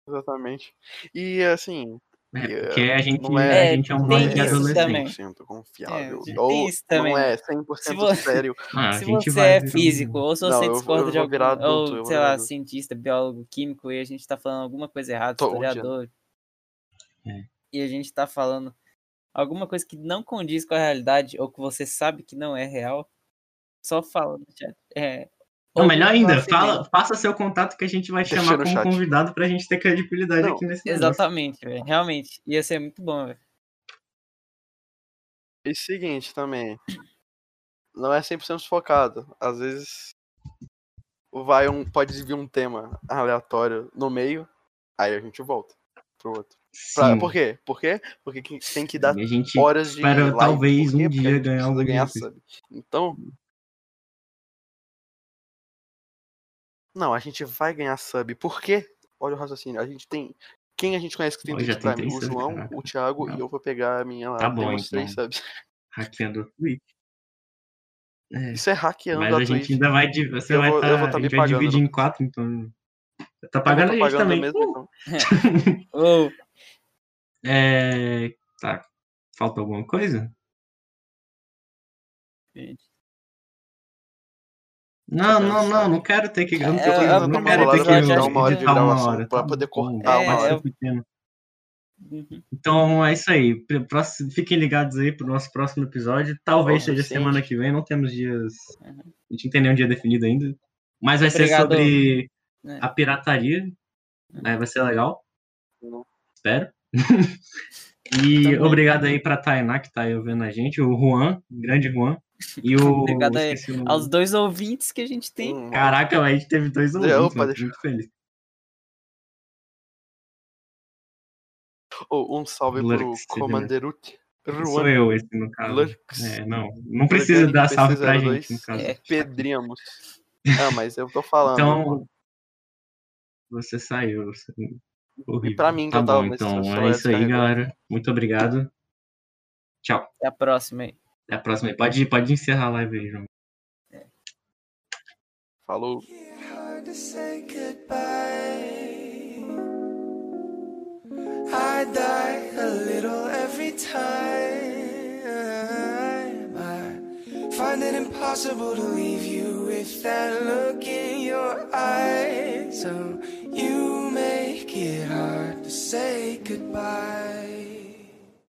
[SPEAKER 2] Exatamente. E assim.
[SPEAKER 1] é,
[SPEAKER 2] Yeah,
[SPEAKER 1] porque a gente,
[SPEAKER 2] não é-
[SPEAKER 1] a gente é um
[SPEAKER 3] Tem
[SPEAKER 2] Não é
[SPEAKER 1] monte de
[SPEAKER 3] isso também.
[SPEAKER 1] adolescente.
[SPEAKER 2] 100% confiável.
[SPEAKER 3] É, tem
[SPEAKER 2] ou
[SPEAKER 3] isso também.
[SPEAKER 2] não é 100%
[SPEAKER 3] Se vo-
[SPEAKER 2] sério.
[SPEAKER 1] Ah,
[SPEAKER 3] se
[SPEAKER 1] a gente
[SPEAKER 3] você
[SPEAKER 1] vai
[SPEAKER 3] é
[SPEAKER 1] virar um-
[SPEAKER 3] físico, ou se
[SPEAKER 2] Não,
[SPEAKER 3] você
[SPEAKER 2] eu vou-
[SPEAKER 3] discorda
[SPEAKER 2] eu
[SPEAKER 3] de
[SPEAKER 2] vou
[SPEAKER 3] algum,
[SPEAKER 2] virar adulto, eu
[SPEAKER 3] ou,
[SPEAKER 2] vou
[SPEAKER 3] sei
[SPEAKER 2] virar
[SPEAKER 3] lá,
[SPEAKER 2] adulto.
[SPEAKER 3] cientista, biólogo, químico, e a gente tá falando alguma coisa errada,
[SPEAKER 2] Tô
[SPEAKER 3] historiador.
[SPEAKER 1] É.
[SPEAKER 3] E a gente tá falando alguma coisa que não condiz com a realidade, ou que você sabe que não é real, só fala no chat. É,
[SPEAKER 1] Não,
[SPEAKER 3] ou
[SPEAKER 1] melhor
[SPEAKER 3] no
[SPEAKER 1] ainda,
[SPEAKER 3] nosso e-mail.
[SPEAKER 1] fala, faça seu contato que a gente vai te
[SPEAKER 2] Deixa
[SPEAKER 1] chamar
[SPEAKER 2] no
[SPEAKER 1] como
[SPEAKER 2] chat.
[SPEAKER 1] convidado pra gente ter credibilidade
[SPEAKER 2] Não,
[SPEAKER 1] aqui nesse negócio.
[SPEAKER 3] Exatamente, velho. Realmente. Ia ser muito bom, velho.
[SPEAKER 2] E seguinte também. Não é 100% focado. Às vezes. Vai um, pode vir um tema aleatório no meio. Aí a gente volta pro outro. Pra-
[SPEAKER 1] Sim.
[SPEAKER 2] por quê? Por quê? Porque que- tem que dar
[SPEAKER 1] E a gente
[SPEAKER 2] horas de.
[SPEAKER 1] espera
[SPEAKER 2] live.
[SPEAKER 1] talvez
[SPEAKER 2] Por quê?
[SPEAKER 1] um
[SPEAKER 2] Porque a
[SPEAKER 1] dia
[SPEAKER 2] gente
[SPEAKER 1] ganhar
[SPEAKER 2] precisa
[SPEAKER 1] alguma
[SPEAKER 2] ganhar
[SPEAKER 1] coisa.
[SPEAKER 2] sub. Então. Não, a gente vai ganhar sub. Por quê? Olha o raciocínio. A gente tem. Quem a gente conhece que tem
[SPEAKER 1] Ó, já
[SPEAKER 2] 30
[SPEAKER 1] tem
[SPEAKER 2] Prime?
[SPEAKER 1] três
[SPEAKER 2] O
[SPEAKER 1] subs,
[SPEAKER 2] João,
[SPEAKER 1] caraca.
[SPEAKER 2] o Thiago
[SPEAKER 1] Não.
[SPEAKER 2] e eu vou pegar a minha lá.
[SPEAKER 1] Tá bom,
[SPEAKER 2] temos três
[SPEAKER 1] então.
[SPEAKER 2] subs.
[SPEAKER 1] hackeando a Twitch. É,
[SPEAKER 2] Isso é hackeando
[SPEAKER 1] mas a
[SPEAKER 2] Twitch.
[SPEAKER 1] gente ainda vai. di- Você
[SPEAKER 2] Eu
[SPEAKER 1] vai
[SPEAKER 2] vou- eu
[SPEAKER 1] tá-
[SPEAKER 2] vou
[SPEAKER 1] a
[SPEAKER 2] tá me
[SPEAKER 1] gente vai
[SPEAKER 2] pagando,
[SPEAKER 1] dividir
[SPEAKER 2] não.
[SPEAKER 1] em quatro, então. Tá
[SPEAKER 2] Eu vou
[SPEAKER 1] pagando
[SPEAKER 2] tá
[SPEAKER 1] a gente
[SPEAKER 2] pagando
[SPEAKER 1] também.
[SPEAKER 2] mesmo,
[SPEAKER 1] Uh!
[SPEAKER 2] então.
[SPEAKER 3] Ou,
[SPEAKER 1] É, Tá. Falta alguma coisa?
[SPEAKER 3] gente,
[SPEAKER 1] Não, não,
[SPEAKER 2] pensando.
[SPEAKER 3] né?
[SPEAKER 1] não, não quero ter que. Eu não,
[SPEAKER 3] É,
[SPEAKER 1] eu
[SPEAKER 3] eu
[SPEAKER 1] não quero ter
[SPEAKER 3] tô
[SPEAKER 1] que
[SPEAKER 3] bolado pra dar uma hora de assim,
[SPEAKER 1] editar uma
[SPEAKER 2] gravação,
[SPEAKER 1] hora.
[SPEAKER 2] pra
[SPEAKER 1] tá
[SPEAKER 2] poder
[SPEAKER 1] bom,
[SPEAKER 2] cortar
[SPEAKER 3] uma
[SPEAKER 1] é,
[SPEAKER 3] hora.
[SPEAKER 1] eu entendo.
[SPEAKER 3] uhum.
[SPEAKER 1] Então é isso aí. Pro próximo- Fiquem ligados aí pro nosso próximo episódio. Talvez
[SPEAKER 2] Ó,
[SPEAKER 1] seja
[SPEAKER 2] recente.
[SPEAKER 1] semana que vem, não temos dias. A gente não tem nenhum dia definido ainda. Mas vai ser
[SPEAKER 3] Uhum. Obrigado. Uhum.
[SPEAKER 1] sobre
[SPEAKER 3] É.
[SPEAKER 1] a pirataria. Aí vai ser legal.
[SPEAKER 3] Uhum.
[SPEAKER 2] Não.
[SPEAKER 1] Espero.
[SPEAKER 3] *laughs*
[SPEAKER 1] e
[SPEAKER 3] Também.
[SPEAKER 1] obrigado aí pra Tainá que tá aí ouvindo a gente, o Juan, grande Juan. E o.
[SPEAKER 3] *laughs* Obrigado aí
[SPEAKER 1] esqueci o nome.
[SPEAKER 3] aos dois ouvintes que a gente tem.
[SPEAKER 2] Hum,
[SPEAKER 1] Caraca, a gente teve dois
[SPEAKER 2] Opa,
[SPEAKER 1] ouvintes, mano, tô
[SPEAKER 2] deixa-
[SPEAKER 1] muito feliz.
[SPEAKER 2] oh, um salve pro
[SPEAKER 1] Lurks,
[SPEAKER 2] Comanderut.
[SPEAKER 1] Sou
[SPEAKER 2] Ruan
[SPEAKER 1] eu esse no caso.
[SPEAKER 2] Lurks.
[SPEAKER 1] É, não, não precisa
[SPEAKER 2] Orgânico
[SPEAKER 1] dar salve pra
[SPEAKER 2] PC02.
[SPEAKER 1] gente, no caso.
[SPEAKER 3] É.
[SPEAKER 2] Pedremos. Ah, mas eu tô falando.
[SPEAKER 1] Então, você saiu. você- é Horrível.
[SPEAKER 2] pra mim que
[SPEAKER 1] tá
[SPEAKER 2] eu tava
[SPEAKER 1] bom,
[SPEAKER 2] nesse
[SPEAKER 1] então
[SPEAKER 2] celular
[SPEAKER 1] é isso aí,
[SPEAKER 2] descarregado.
[SPEAKER 1] galera. Muito obrigado. Tchau.
[SPEAKER 3] Até a próxima aí.
[SPEAKER 1] Até a próxima. aí. Pode, pode encerrar a live aí, João.
[SPEAKER 2] Falou.
[SPEAKER 4] hard to say goodbye. I die a little every time. I find it impossible to leave you with that look in your eyes. So you make it hard to say goodbye.